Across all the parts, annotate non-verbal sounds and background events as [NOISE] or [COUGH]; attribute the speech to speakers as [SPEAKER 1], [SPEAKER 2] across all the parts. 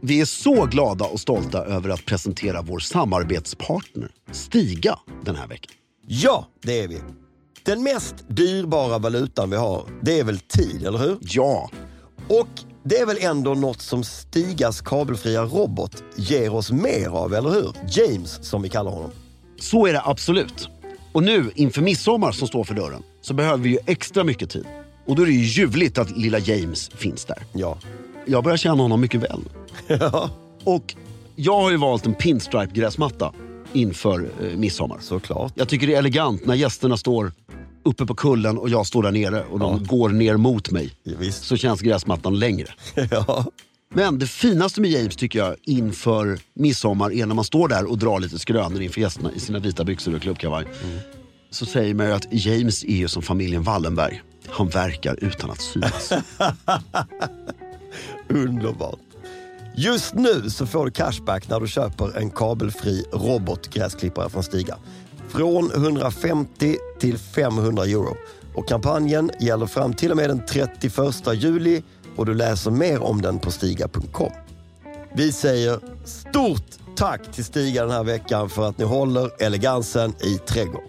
[SPEAKER 1] Vi är så glada och stolta över att presentera vår samarbetspartner Stiga den här veckan.
[SPEAKER 2] Ja, det är vi. Den mest dyrbara valutan vi har, det är väl tid, eller hur?
[SPEAKER 1] Ja,
[SPEAKER 2] Och det är väl ändå något som Stigas kabelfria robot ger oss mer av, eller hur? James, som vi kallar honom.
[SPEAKER 1] så är det absolut. Och nu inför midsommar som står för dörren så behöver vi ju extra mycket tid. Och då är det ju ljuvligt att lilla James finns där.
[SPEAKER 2] Ja.
[SPEAKER 1] Jag börjar känna honom mycket väl. Och jag har ju valt en pinstripe-gräsmatta inför eh, midsommar.
[SPEAKER 2] Såklart.
[SPEAKER 1] Jag tycker det är elegant när gästerna står uppe på kullen och jag står där nere och de går ner mot mig.
[SPEAKER 2] Ja, visst.
[SPEAKER 1] Så känns gräsmattan [LAUGHS] längre.
[SPEAKER 2] Ja.
[SPEAKER 1] Men det finaste med James tycker jag inför midsommar är när man står där och drar lite skrönor inför gästerna i sina vita byxor och klubbkavaj. Så säger man ju att James är ju som familjen Wallenberg. Han verkar utan att synas.
[SPEAKER 2] Underbart. Just nu så får du cashback när du köper en kabelfri robotgräsklippare från Stiga. Från 150 till 500 euro. Och kampanjen gäller fram till och med den 31 juli och du läser mer om den på stiga.com. Vi säger stort tack till Stiga den här veckan för att ni håller elegansen i trädgården.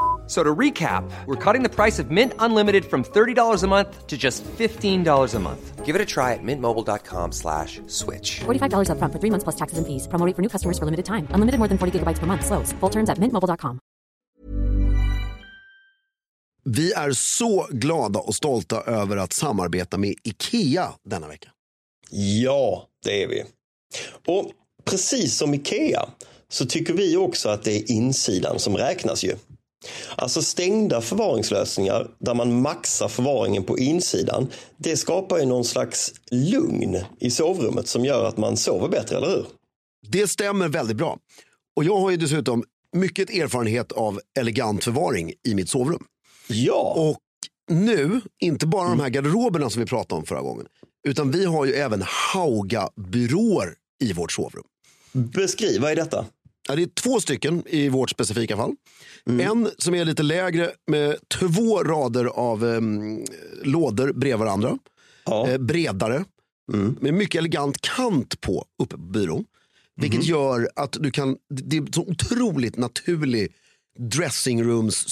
[SPEAKER 3] So to recap, we're cutting the price of Mint Unlimited from $30 a month to just $15 a month. Give it a try at mintmobile.com slash switch.
[SPEAKER 4] $45 up front for three months plus taxes and fees. Promo rate for new customers for limited time. Unlimited more than 40 gigabytes per month. Slows. Full terms at mintmobile.com.
[SPEAKER 1] [LAUGHS] Vi är så glada och stolta över att samarbeta med IKEA denna vecka.
[SPEAKER 2] Ja, det är vi. Och precis som Ikea så tycker vi också att det är insidan som räknas ju. Alltså stängda förvaringslösningar där man maxar förvaringen på insidan. Det skapar ju någon slags lugn i sovrummet som gör att man sover bättre, eller hur?
[SPEAKER 1] Det stämmer väldigt bra. Och jag har ju dessutom mycket erfarenhet av elegant förvaring i mitt sovrum.
[SPEAKER 2] Ja,
[SPEAKER 1] Och nu, inte bara de här garderoberna som vi pratade om förra gången, utan vi har ju även Hauga-byråer i vårt sovrum.
[SPEAKER 2] beskriv, vad är detta?
[SPEAKER 1] Ja, det är två stycken i vårt specifika fall.
[SPEAKER 2] Mm.
[SPEAKER 1] En som är lite lägre med två rader av em, lådor bredvid varandra.
[SPEAKER 2] Ja, Mm.
[SPEAKER 1] Eh, bredare. Med mycket elegant kant på uppe på byrån.
[SPEAKER 2] Mhm.
[SPEAKER 1] Vilket gör att du kan, det det är en så otroligt naturlig dressingrooms,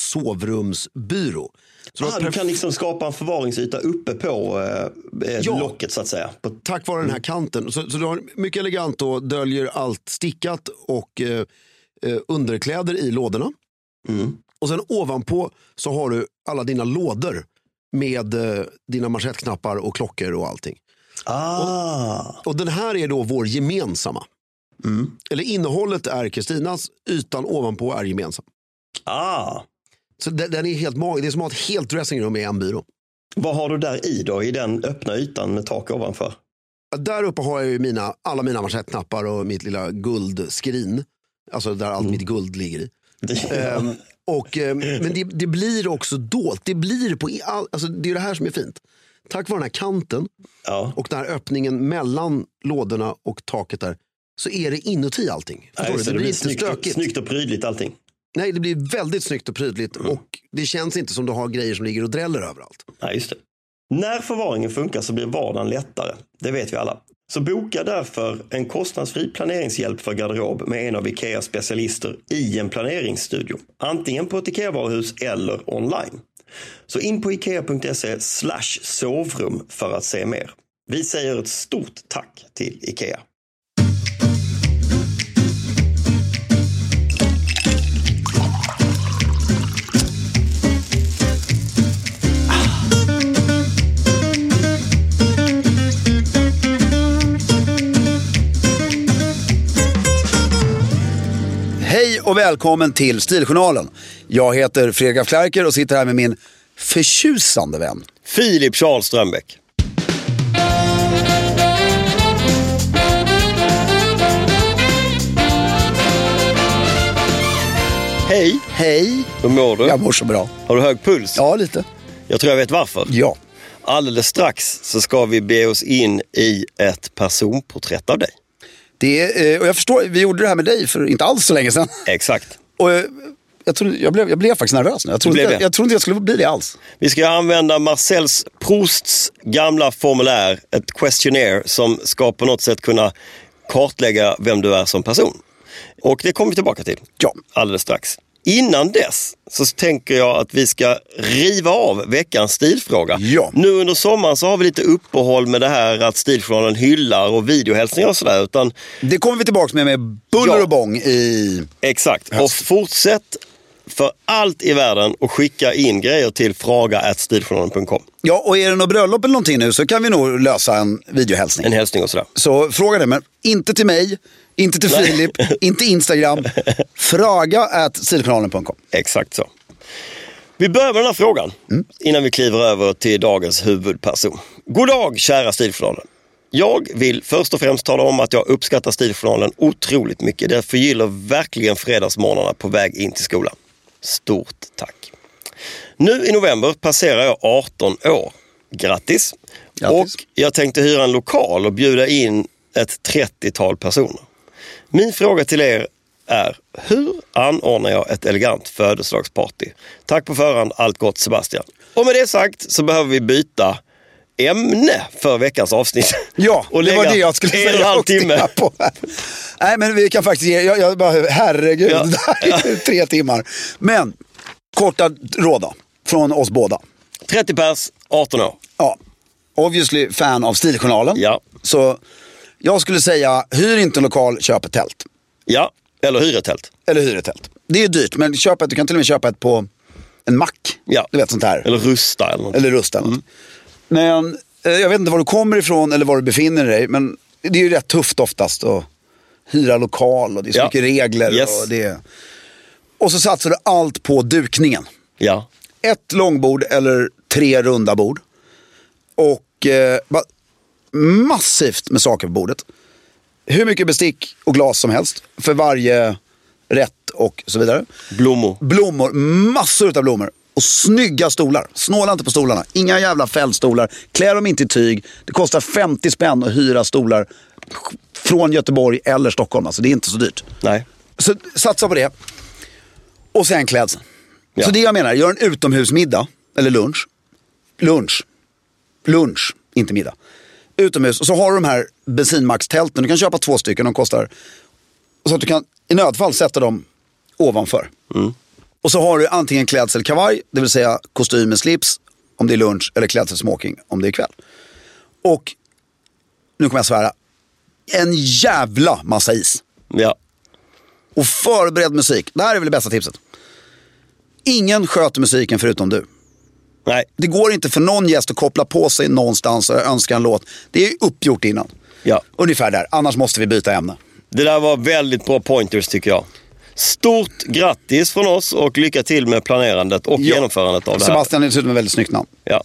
[SPEAKER 1] sovrumsbyrå. Så du har
[SPEAKER 2] ah, du
[SPEAKER 1] perf-
[SPEAKER 2] kan liksom skapa en förvaringsyta uppe på eh, eh,
[SPEAKER 1] Ja.
[SPEAKER 2] locket så att säga. På,
[SPEAKER 1] Tack vare den här kanten. Så, så du har mycket elegant och döljer allt stickat och eh, eh, underkläder i lådorna. Och sen ovanpå så har du alla dina lådor med eh, dina manschettknappar och klockor och allting.
[SPEAKER 2] ah,
[SPEAKER 1] Och den här är då vår gemensamma. Eller innehållet är Kristinas, ytan ovanpå är gemensam.
[SPEAKER 2] ah.
[SPEAKER 1] Så den, den är helt magisk. Det är som att ha ett helt dressingrum i en byrå.
[SPEAKER 2] Vad har du där i då, i den öppna ytan med tak ovanför?
[SPEAKER 1] Där uppe har jag ju mina, alla mina manschettknappar och mitt lilla guldskrin. Alltså där allt mitt guld ligger i. Ehm, och, ehm, men det, det blir också dolt. Det blir på i all, alltså det är det här som är fint. Tack vare den här kanten
[SPEAKER 2] Ja.
[SPEAKER 1] och den här öppningen mellan lådorna och taket där så är det inuti allting. Förstår
[SPEAKER 2] Nej,
[SPEAKER 1] du?
[SPEAKER 2] så
[SPEAKER 1] Det, blir inte
[SPEAKER 2] snyggt, och,
[SPEAKER 1] stökigt.
[SPEAKER 2] snyggt Mm. och prydligt allting.
[SPEAKER 1] Nej, det blir väldigt snyggt och prydligt och det känns inte som du har grejer som ligger och dräller överallt.
[SPEAKER 2] Nej, just det. När förvaringen funkar så blir vardagen lättare. Det vet vi alla. Så boka därför en kostnadsfri planeringshjälp för garderob med en av Ikeas specialister i en planeringsstudio. Antingen på ett Ikea-varuhus eller online. Så in på ikea.se slash sovrum för att se mer. Vi säger ett stort tack till Ikea.
[SPEAKER 5] Hej och välkommen till Stiljournalen. Jag heter Fredrik af Klerker och sitter här med min förtjusande vän.
[SPEAKER 2] Filip Charles Strömbäck. Hej,
[SPEAKER 5] Hej,
[SPEAKER 2] hur mår du?
[SPEAKER 5] jag mår så bra.
[SPEAKER 2] Har du hög puls?
[SPEAKER 5] Ja, lite.
[SPEAKER 2] Jag tror jag vet varför.
[SPEAKER 5] Ja.
[SPEAKER 2] alldeles strax så ska vi be oss in i ett personporträtt av dig.
[SPEAKER 1] Det, är, eh, och jag förstår, vi gjorde det här med dig för inte alls så länge sedan. [LAUGHS]
[SPEAKER 2] Exakt.
[SPEAKER 1] Och eh, jag, trodde, jag, blev, jag blev faktiskt nervös nu. Jag trodde,
[SPEAKER 2] blev
[SPEAKER 1] inte,
[SPEAKER 2] det?
[SPEAKER 1] jag trodde inte jag skulle bli det alls.
[SPEAKER 2] Vi ska använda Marcels Prousts gamla formulär, ett questionnaire som ska på något sätt kunna kartlägga vem du är som person. Och det kommer vi tillbaka till
[SPEAKER 1] Ja.
[SPEAKER 2] alldeles strax. Innan dess så tänker jag att vi ska riva av veckans stilfråga.
[SPEAKER 1] Ja.
[SPEAKER 2] Nu under sommaren så har vi lite uppehåll med det här att stiljournalen hyllar och videohälsningar och sådär. Utan
[SPEAKER 1] Det kommer vi tillbaka med med buller
[SPEAKER 2] Ja.
[SPEAKER 1] och bång i...
[SPEAKER 2] Exakt. Och
[SPEAKER 1] Höst.
[SPEAKER 2] fortsätt för allt i världen och skicka in grejer till fraga.stiljournalen.com.
[SPEAKER 1] Ja, och är det något bröllop eller någonting nu så kan vi nog lösa en videohälsning.
[SPEAKER 2] En hälsning och sådär.
[SPEAKER 1] Så fråga det, men inte till mig, inte till
[SPEAKER 2] Nej. [LAUGHS]
[SPEAKER 1] Filip, inte Instagram. Fraga at stilkanalen.com.
[SPEAKER 2] Exakt så. Vi börjar med den här frågan innan vi kliver över till dagens huvudperson. God dag kära Stiljournalen. Jag vill först och främst tala om att jag uppskattar Stiljournalen otroligt mycket. Det förgyller verkligen fredagsmorgnarna på väg in till skolan. Stort tack. Nu i november passerar jag 18 år. Grattis!
[SPEAKER 1] Grattis.
[SPEAKER 2] Och jag tänkte hyra en lokal och bjuda in ett 30-tal personer. Min fråga till er är, hur anordnar jag ett elegant födelsedagsparty? Tack på förhand, allt gott Sebastian. Och med det sagt så behöver vi byta ämne för veckans avsnitt.
[SPEAKER 1] Ja,
[SPEAKER 2] [LAUGHS] och
[SPEAKER 1] det
[SPEAKER 2] lägga
[SPEAKER 1] var det jag skulle
[SPEAKER 2] en
[SPEAKER 1] säga.
[SPEAKER 2] och En halv
[SPEAKER 1] [LAUGHS]
[SPEAKER 2] timme.
[SPEAKER 1] På. Nej, men vi kan faktiskt ge, jag, jag bara, herregud, [LAUGHS]
[SPEAKER 2] Ja.
[SPEAKER 1] det här är tre timmar. Men, korta råd då, från oss båda.
[SPEAKER 2] 30 pers, 18 år.
[SPEAKER 1] Ja, obviously fan av Stiljournalen.
[SPEAKER 2] Ja.
[SPEAKER 1] Så jag skulle säga, hyr inte en lokal, köp ett tält.
[SPEAKER 2] Ja, eller hyr ett tält.
[SPEAKER 1] Eller hyr ett tält. Det är dyrt, men köp ett, du kan till och med köpa ett på en mack.
[SPEAKER 2] Ja.
[SPEAKER 1] Du vet sånt här.
[SPEAKER 2] Eller rusta eller något.
[SPEAKER 1] Eller rusta eller
[SPEAKER 2] Mm.
[SPEAKER 1] något. Men eh, jag vet inte var du kommer ifrån eller var du befinner dig. Men det är ju rätt tufft oftast att hyra lokal och det är så
[SPEAKER 2] Ja.
[SPEAKER 1] mycket regler.
[SPEAKER 2] Yes.
[SPEAKER 1] Och, det. och så satsar du allt på dukningen.
[SPEAKER 2] Ja,
[SPEAKER 1] Ett långbord eller tre runda bord. Och eh, bara massivt med saker på bordet. Hur mycket bestick och glas som helst för varje rätt och så vidare.
[SPEAKER 2] blommor.
[SPEAKER 1] Blommor, massor av blommor. Och snygga stolar. Snåla inte på stolarna. Inga jävla fällstolar. Klä dem inte i tyg. Det kostar 50 spänn att hyra stolar från Göteborg eller Stockholm. Alltså det är inte så dyrt.
[SPEAKER 2] Nej.
[SPEAKER 1] Så satsa på det. Och sen klädseln.
[SPEAKER 2] Ja.
[SPEAKER 1] Så det jag menar, gör en utomhusmiddag. Eller lunch. Lunch. Lunch, inte middag. Utomhus. Och så har du de här bensinmackstälten. Du kan köpa två stycken. De kostar... Så att du kan i nödfall sätta dem ovanför. Och så har du antingen klädsel kavaj, det vill säga kostym med slips om det är lunch eller klädsel smoking om det är kväll. Och, nu kommer jag svära, en jävla massa is.
[SPEAKER 2] Ja.
[SPEAKER 1] Och förbered musik. Det här är väl det bästa tipset. Ingen sköter musiken förutom du.
[SPEAKER 2] Nej.
[SPEAKER 1] Det går inte för någon gäst att koppla på sig någonstans och önska en låt. Det är ju uppgjort innan.
[SPEAKER 2] Ja.
[SPEAKER 1] Ungefär där, annars måste vi byta ämne.
[SPEAKER 2] Det där var väldigt bra pointers tycker jag. Stort grattis från oss och lycka till med planerandet och genomförandet av det här.
[SPEAKER 1] Sebastian är dessutom ett väldigt snyggt namn.
[SPEAKER 2] Ja.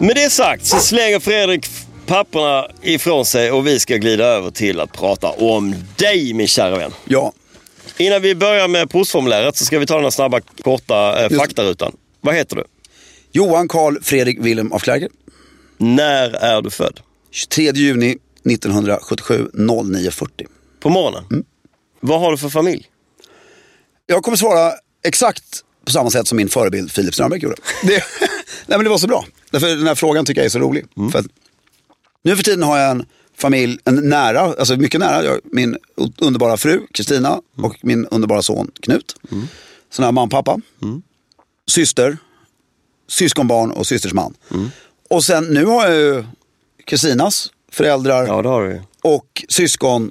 [SPEAKER 2] Med det sagt så slänger Fredrik f- papperna ifrån sig och vi ska glida över till att prata om dig min kära vän.
[SPEAKER 1] Ja,
[SPEAKER 2] Innan vi börjar med postformuläret så ska vi ta den här snabba korta eh,
[SPEAKER 1] Just-
[SPEAKER 2] faktarutan. Vad heter du?
[SPEAKER 1] Johan Karl Fredrik Wilhelm af Klerker.
[SPEAKER 2] När är du född?
[SPEAKER 1] 23 juni 1977 09.40.
[SPEAKER 2] På morgonen? Vad har du för familj?
[SPEAKER 1] Jag kommer svara exakt på samma sätt som min förebild Filip Strömbäck gjorde. Det, [LAUGHS] nej men det var så bra. Därför den här frågan tycker jag är så rolig. För att, nu för tiden har jag en familj, en nära, alltså mycket nära, jag, min o- underbara fru Kristina och min underbara son Knut. Sån här man, pappa, syster, syskonbarn och systers man. Och sen nu har jag ju Kristinas föräldrar
[SPEAKER 2] Ja, det har du ju.
[SPEAKER 1] och syskon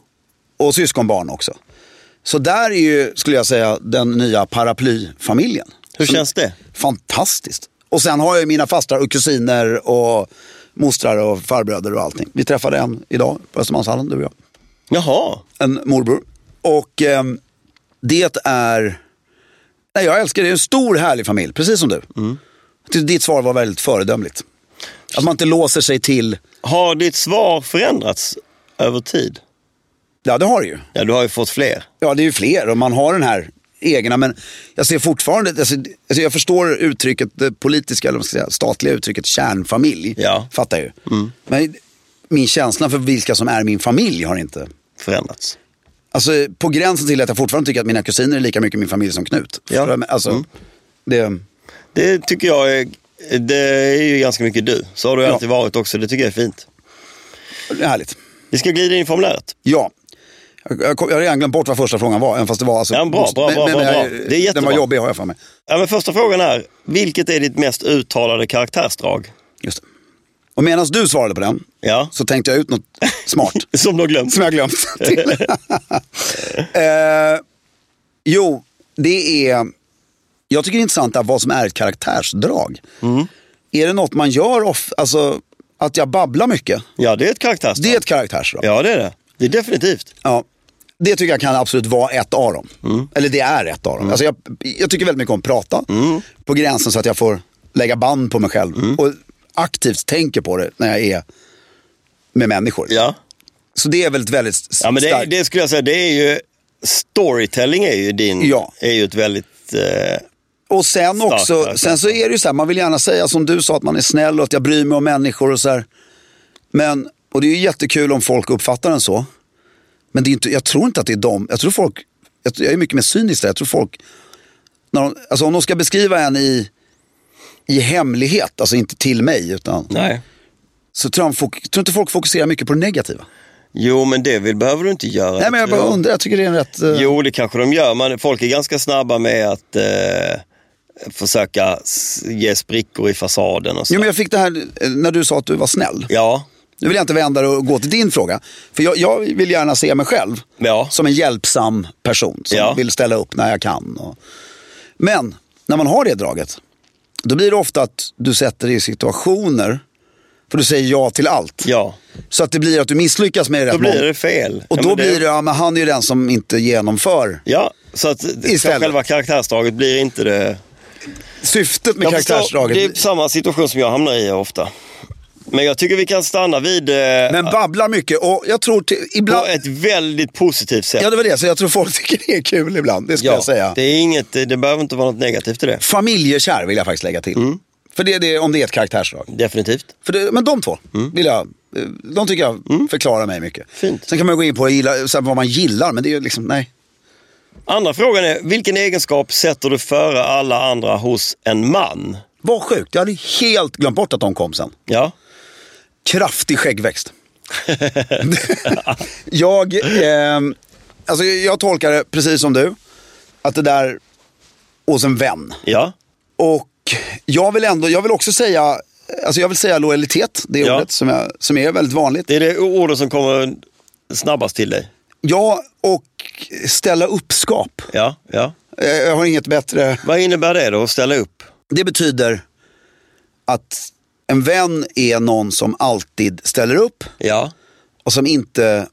[SPEAKER 1] och syskonbarn också. Så där är ju, skulle jag säga, den nya paraplyfamiljen.
[SPEAKER 2] Hur
[SPEAKER 1] Så-
[SPEAKER 2] känns det?
[SPEAKER 1] Fantastiskt. Och sen har jag ju mina fastrar och kusiner och mostrar och farbröder och allting. Vi träffade en idag på Östermalmshallen, du och jag.
[SPEAKER 2] Jaha,
[SPEAKER 1] En morbror. Och ehm,
[SPEAKER 2] Mm.
[SPEAKER 1] det är... Nej, jag älskar det. Det är en stor härlig familj, precis som du. Jag tyckte Ditt svar var väldigt föredömligt. Att man inte låser sig till...
[SPEAKER 2] Har ditt svar förändrats över tid?
[SPEAKER 1] Ja, det har det ju.
[SPEAKER 2] Ja, du har ju fått fler.
[SPEAKER 1] Ja, det är ju fler och man har den här egna. Men jag ser fortfarande, alltså, alltså jag förstår uttrycket, det politiska, eller vad man ska säga, statliga uttrycket kärnfamilj.
[SPEAKER 2] Ja. Mm.
[SPEAKER 1] Fattar ju. Men min känsla för vilka som är min familj har inte...
[SPEAKER 2] Förändrats.
[SPEAKER 1] Alltså på gränsen till att jag fortfarande tycker att mina kusiner är lika mycket min familj som Knut.
[SPEAKER 2] Ja. Mm.
[SPEAKER 1] För, Alltså, det,
[SPEAKER 2] Det tycker jag är, det är ju ganska mycket du. Så har du
[SPEAKER 1] Ja.
[SPEAKER 2] alltid varit också. Det tycker jag är fint.
[SPEAKER 1] det är härligt.
[SPEAKER 2] Vi ska glida in i formuläret.
[SPEAKER 1] Ja. Jag, jag, kom- jag har redan glömt bort vad första frågan var, även fast det var... Alltså,
[SPEAKER 2] Ja, bra, bra, bra, bra,
[SPEAKER 1] jag-
[SPEAKER 2] bra. Det är
[SPEAKER 1] Den
[SPEAKER 2] jättebra.
[SPEAKER 1] var jobbig har jag för mig.
[SPEAKER 2] Ja, men första frågan är, vilket är ditt mest uttalade karaktärsdrag?
[SPEAKER 1] Just det. Och medan du svarade på den
[SPEAKER 2] Ja,
[SPEAKER 1] så tänkte jag ut
[SPEAKER 2] [LAUGHS]
[SPEAKER 1] något smart.
[SPEAKER 2] som du har glömt.
[SPEAKER 1] som jag glömt [LAUGHS] till. eh, jo, det är... Jag tycker det är intressant att vad som är ett karaktärsdrag.
[SPEAKER 2] Mm.
[SPEAKER 1] Är det något man gör ofta? Alltså, att jag babblar mycket.
[SPEAKER 2] Ja, det är ett karaktärsdrag.
[SPEAKER 1] Det är ett karaktärsdrag.
[SPEAKER 2] Ja, det är det. Det är definitivt.
[SPEAKER 1] Ja. Det tycker jag kan absolut vara ett av dem.
[SPEAKER 2] Mm.
[SPEAKER 1] Eller det är ett av dem. Alltså jag, jag tycker väldigt mycket om att prata.
[SPEAKER 2] Mm.
[SPEAKER 1] På gränsen så att jag får lägga band på mig själv. Och aktivt tänker på det när jag är med människor.
[SPEAKER 2] Ja,
[SPEAKER 1] Så det är väl ett väldigt s-
[SPEAKER 2] ja men det,
[SPEAKER 1] starkt.
[SPEAKER 2] det skulle jag säga, det är ju... Storytelling är ju din...
[SPEAKER 1] Ja.
[SPEAKER 2] Är ju ett väldigt... Eh,
[SPEAKER 1] Och sen
[SPEAKER 2] Starkt,
[SPEAKER 1] också,
[SPEAKER 2] starkt,
[SPEAKER 1] sen så är det ju så här, man vill gärna säga som du sa att man är snäll och att jag bryr mig om människor och så här. Men, och det är ju jättekul om folk uppfattar den så. Men det är ju inte, jag tror inte att det är dem, jag tror folk, jag, jag är mycket mer cynisk där, jag tror folk, när de, alltså om de ska beskriva en i, i hemlighet, alltså inte till mig, utan,
[SPEAKER 2] nej.
[SPEAKER 1] så tror, jag folk, tror inte folk fokuserar mycket på det negativa.
[SPEAKER 2] Jo, men det vill, behöver du inte göra.
[SPEAKER 1] Nej men jag bara
[SPEAKER 2] Jo.
[SPEAKER 1] undrar, jag tycker det är en rätt... eh,
[SPEAKER 2] Jo, det kanske de gör, men folk är ganska snabba med att eh, försöka s- ge sprickor i fasaden och så.
[SPEAKER 1] Jo men jag fick det här eh, när du sa att du var snäll.
[SPEAKER 2] Ja,
[SPEAKER 1] Nu vill jag inte vända det och gå till din fråga. För jag, jag vill gärna se mig själv
[SPEAKER 2] Ja.
[SPEAKER 1] som en hjälpsam person som
[SPEAKER 2] Ja.
[SPEAKER 1] vill ställa upp när jag kan. Och... Men när man har det draget, då blir det ofta att du sätter dig i situationer, för du säger ja till allt.
[SPEAKER 2] ja.
[SPEAKER 1] Så att det blir att du misslyckas med det
[SPEAKER 2] Då
[SPEAKER 1] rätt
[SPEAKER 2] blir
[SPEAKER 1] många-
[SPEAKER 2] det fel.
[SPEAKER 1] Och
[SPEAKER 2] ja,
[SPEAKER 1] då
[SPEAKER 2] men det-
[SPEAKER 1] blir det, ja men han är ju den som inte genomför.
[SPEAKER 2] Ja, så att så
[SPEAKER 1] Istället.
[SPEAKER 2] själva karaktärsdraget blir inte det...
[SPEAKER 1] Syftet med
[SPEAKER 2] Jag förstår,
[SPEAKER 1] karaktärsdraget.
[SPEAKER 2] Det är samma situation som jag hamnar i ofta. Men jag tycker vi kan stanna vid... Eh,
[SPEAKER 1] Men babblar mycket och jag tror till,
[SPEAKER 2] på
[SPEAKER 1] ibland,
[SPEAKER 2] ett väldigt positivt sätt.
[SPEAKER 1] ja det var det, så jag tror folk tycker det är kul ibland, det skulle
[SPEAKER 2] Ja,
[SPEAKER 1] jag säga.
[SPEAKER 2] Det, är inget, det behöver inte vara något negativt i det.
[SPEAKER 1] Familjekär vill jag faktiskt lägga till.
[SPEAKER 2] Mm.
[SPEAKER 1] För det är det, om det är ett karaktärsdrag.
[SPEAKER 2] Definitivt.
[SPEAKER 1] För det, men de två vill jag, eh, de tycker jag förklarar mig mycket.
[SPEAKER 2] Mm. Fint.
[SPEAKER 1] Sen kan man gå in på gilla, så här, vad man gillar, men det är ju liksom, nej.
[SPEAKER 2] Andra frågan är, vilken egenskap sätter du före alla andra hos en man?
[SPEAKER 1] Vad sjukt, jag hade helt glömt bort att de kom sen.
[SPEAKER 2] Ja,
[SPEAKER 1] Kraftig skäggväxt. [LAUGHS] jag, eh, alltså, jag tolkar det precis som du, att det där, och sen vän.
[SPEAKER 2] ja,
[SPEAKER 1] Och jag vill ändå, jag vill också säga, alltså jag vill säga lojalitet, det
[SPEAKER 2] Ja.
[SPEAKER 1] ordet som, jag, som är väldigt vanligt.
[SPEAKER 2] det är det ordet som kommer snabbast till dig.
[SPEAKER 1] Ja, och ställa uppskap.
[SPEAKER 2] Ja, ja.
[SPEAKER 1] Eh, Jag har inget bättre.
[SPEAKER 2] Vad innebär det då, att ställa upp?
[SPEAKER 1] Det betyder att en vän är någon som alltid ställer upp
[SPEAKER 2] Ja,
[SPEAKER 1] och som inte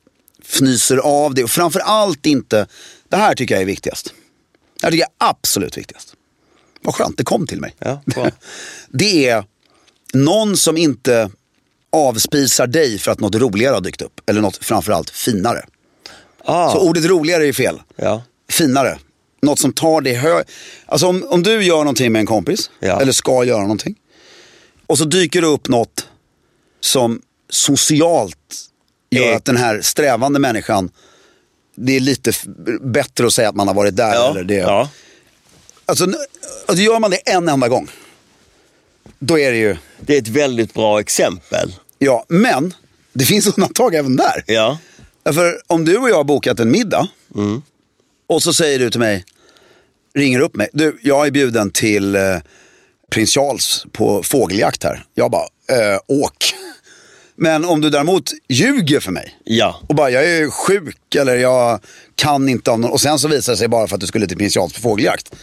[SPEAKER 1] fnyser av det. Och framför allt inte, det här tycker jag är viktigast. Det här tycker jag är absolut viktigast. Vad skönt, det kom till mig.
[SPEAKER 2] ja,
[SPEAKER 1] [LAUGHS]
[SPEAKER 2] bra.
[SPEAKER 1] Det är någon som inte avspisar dig för att något roligare har dykt upp. Eller något framförallt finare.
[SPEAKER 2] Ah,
[SPEAKER 1] Så ordet roligare är fel.
[SPEAKER 2] ja,
[SPEAKER 1] finare. Något som tar dig högre. Alltså om, om du gör någonting med en kompis,
[SPEAKER 2] Ja.
[SPEAKER 1] eller ska göra någonting. Och så dyker det upp något som socialt gör
[SPEAKER 2] Eh.
[SPEAKER 1] att den här strävande människan, det är lite f- bättre att säga att man har varit där.
[SPEAKER 2] ja,
[SPEAKER 1] Eller det.
[SPEAKER 2] ja.
[SPEAKER 1] Alltså, n- alltså gör man det en enda gång, då är det ju,
[SPEAKER 2] Det är ett väldigt bra exempel.
[SPEAKER 1] ja, men det finns [LAUGHS] undantag även där.
[SPEAKER 2] Ja,
[SPEAKER 1] För om du och jag har bokat en middag och så säger du till mig, ringer upp mig, du jag är bjuden till eh, prins Charles på fågeljakt här. Jag bara, eh, åk. [LAUGHS] Men om du däremot ljuger för mig
[SPEAKER 2] ja,
[SPEAKER 1] och bara, jag är sjuk eller jag kan inte av någon, och sen så visar det sig bara för att du skulle till prins Charles på fågeljakt.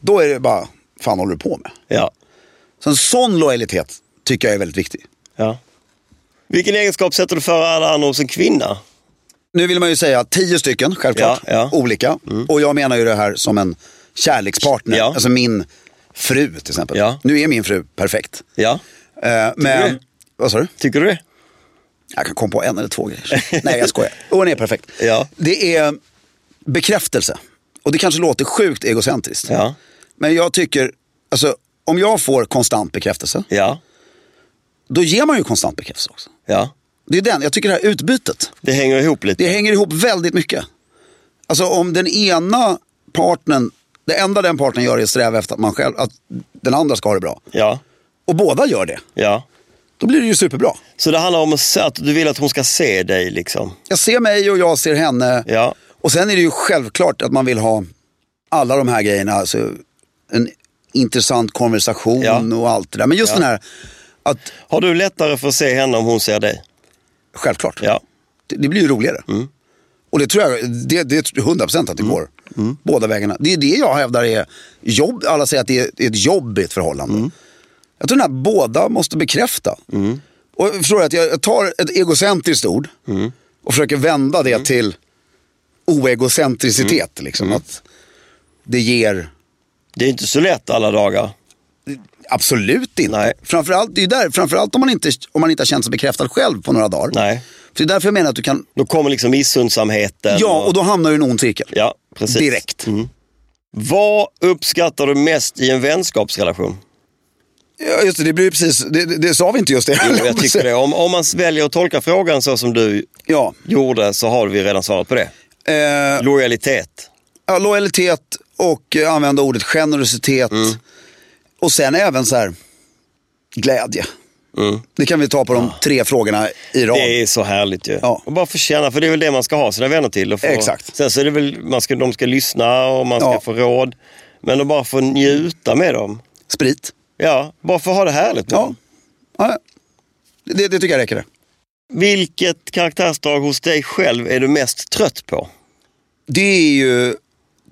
[SPEAKER 1] Då är det bara, fan håller du på med?
[SPEAKER 2] ja,
[SPEAKER 1] Så en sån lojalitet tycker jag är väldigt viktig.
[SPEAKER 2] ja. Vilken egenskap sätter du före alla andra hos en kvinna?
[SPEAKER 1] Nu vill man ju säga tio stycken, självklart.
[SPEAKER 2] Ja, ja.
[SPEAKER 1] Olika. Och jag menar ju det här som en kärlekspartner.
[SPEAKER 2] Ja.
[SPEAKER 1] Alltså min fru till exempel.
[SPEAKER 2] Ja.
[SPEAKER 1] Nu är min fru perfekt.
[SPEAKER 2] Ja,
[SPEAKER 1] Eh,
[SPEAKER 2] du?
[SPEAKER 1] men, vad sa du?
[SPEAKER 2] tycker du det?
[SPEAKER 1] Jag kan komma på en eller två grejer. Nej, jag
[SPEAKER 2] [LAUGHS]
[SPEAKER 1] skojar. Hon är perfekt.
[SPEAKER 2] Ja.
[SPEAKER 1] Det är bekräftelse. Och det kanske låter sjukt egocentriskt.
[SPEAKER 2] Ja.
[SPEAKER 1] Men jag tycker, alltså om jag får konstant bekräftelse,
[SPEAKER 2] Ja,
[SPEAKER 1] då ger man ju konstant bekräftelse också.
[SPEAKER 2] ja.
[SPEAKER 1] Det är den, jag tycker det här utbytet.
[SPEAKER 2] Det hänger ihop lite.
[SPEAKER 1] Det hänger ihop väldigt mycket. Alltså om den ena partnern, det enda den partnern gör är att sträva efter att, man själv, att den andra ska ha det bra.
[SPEAKER 2] Ja,
[SPEAKER 1] Och båda gör det,
[SPEAKER 2] ja.
[SPEAKER 1] då blir det ju superbra.
[SPEAKER 2] Så det handlar om att se- att du vill att hon ska se dig liksom.
[SPEAKER 1] Jag ser mig och jag ser henne.
[SPEAKER 2] Ja,
[SPEAKER 1] Och sen är det ju självklart att man vill ha alla de här grejerna. Alltså en intressant konversation
[SPEAKER 2] Ja.
[SPEAKER 1] och allt det där. Men just
[SPEAKER 2] Ja.
[SPEAKER 1] den här, att
[SPEAKER 2] Har du lättare för att se henne om hon ser dig?
[SPEAKER 1] självklart.
[SPEAKER 2] Ja. Mm.
[SPEAKER 1] Det, det blir ju roligare. Och det tror jag, det, det är 100 procent att det går.
[SPEAKER 2] Mm.
[SPEAKER 1] Båda vägarna. Det är det jag hävdar är jobb. Alla säger att det är det är ett jobbigt förhållande.
[SPEAKER 2] Mm.
[SPEAKER 1] Jag tror att båda måste bekräfta. Och förstår du att jag jag tar ett egocentriskt ord
[SPEAKER 2] Mm.
[SPEAKER 1] och försöker vända det till oegocentricitet.
[SPEAKER 2] Mm.
[SPEAKER 1] Liksom, Att det ger
[SPEAKER 2] Det är inte så lätt alla dagar.
[SPEAKER 1] absolut inte.
[SPEAKER 2] Nej.
[SPEAKER 1] Framförallt, det är ju där, framförallt om man, inte, om man inte har känt sig bekräftad själv på några dagar.
[SPEAKER 2] Nej.
[SPEAKER 1] För det är därför jag menar att du kan,
[SPEAKER 2] Då kommer liksom missundsamheten.
[SPEAKER 1] ja och då hamnar du i en ond cirkel.
[SPEAKER 2] Ja, precis. Mm.
[SPEAKER 1] Direkt.
[SPEAKER 2] Vad uppskattar du mest i en vänskapsrelation?
[SPEAKER 1] Ja, just det, det blir ju precis, det, det, det sa vi inte just det.
[SPEAKER 2] Jo, jag
[SPEAKER 1] [LAUGHS]
[SPEAKER 2] tycker det. Om, om man väljer att tolka frågan så som du
[SPEAKER 1] Ja,
[SPEAKER 2] gjorde så har vi redan svarat på det.
[SPEAKER 1] eh,
[SPEAKER 2] Lojalitet.
[SPEAKER 1] ja, lojalitet och eh, använda ordet generositet.
[SPEAKER 2] Mm.
[SPEAKER 1] Och sen även så här, glädje. Det kan vi ta på de tre frågorna i rad.
[SPEAKER 2] Mm. Det är så härligt ju.
[SPEAKER 1] Ja.
[SPEAKER 2] Och bara få känna, för det är väl det man ska ha sina vänner till. Och få,
[SPEAKER 1] Exakt.
[SPEAKER 2] Sen så är det väl, man ska, de ska lyssna och man ska
[SPEAKER 1] Ja.
[SPEAKER 2] få råd. Men att bara få njuta med dem.
[SPEAKER 1] Sprit.
[SPEAKER 2] Ja, bara få ha det härligt med
[SPEAKER 1] Ja.
[SPEAKER 2] dem.
[SPEAKER 1] ja. Det, det tycker jag räcker det.
[SPEAKER 2] Vilket karaktärsdrag hos dig själv är du mest trött på?
[SPEAKER 1] Det är ju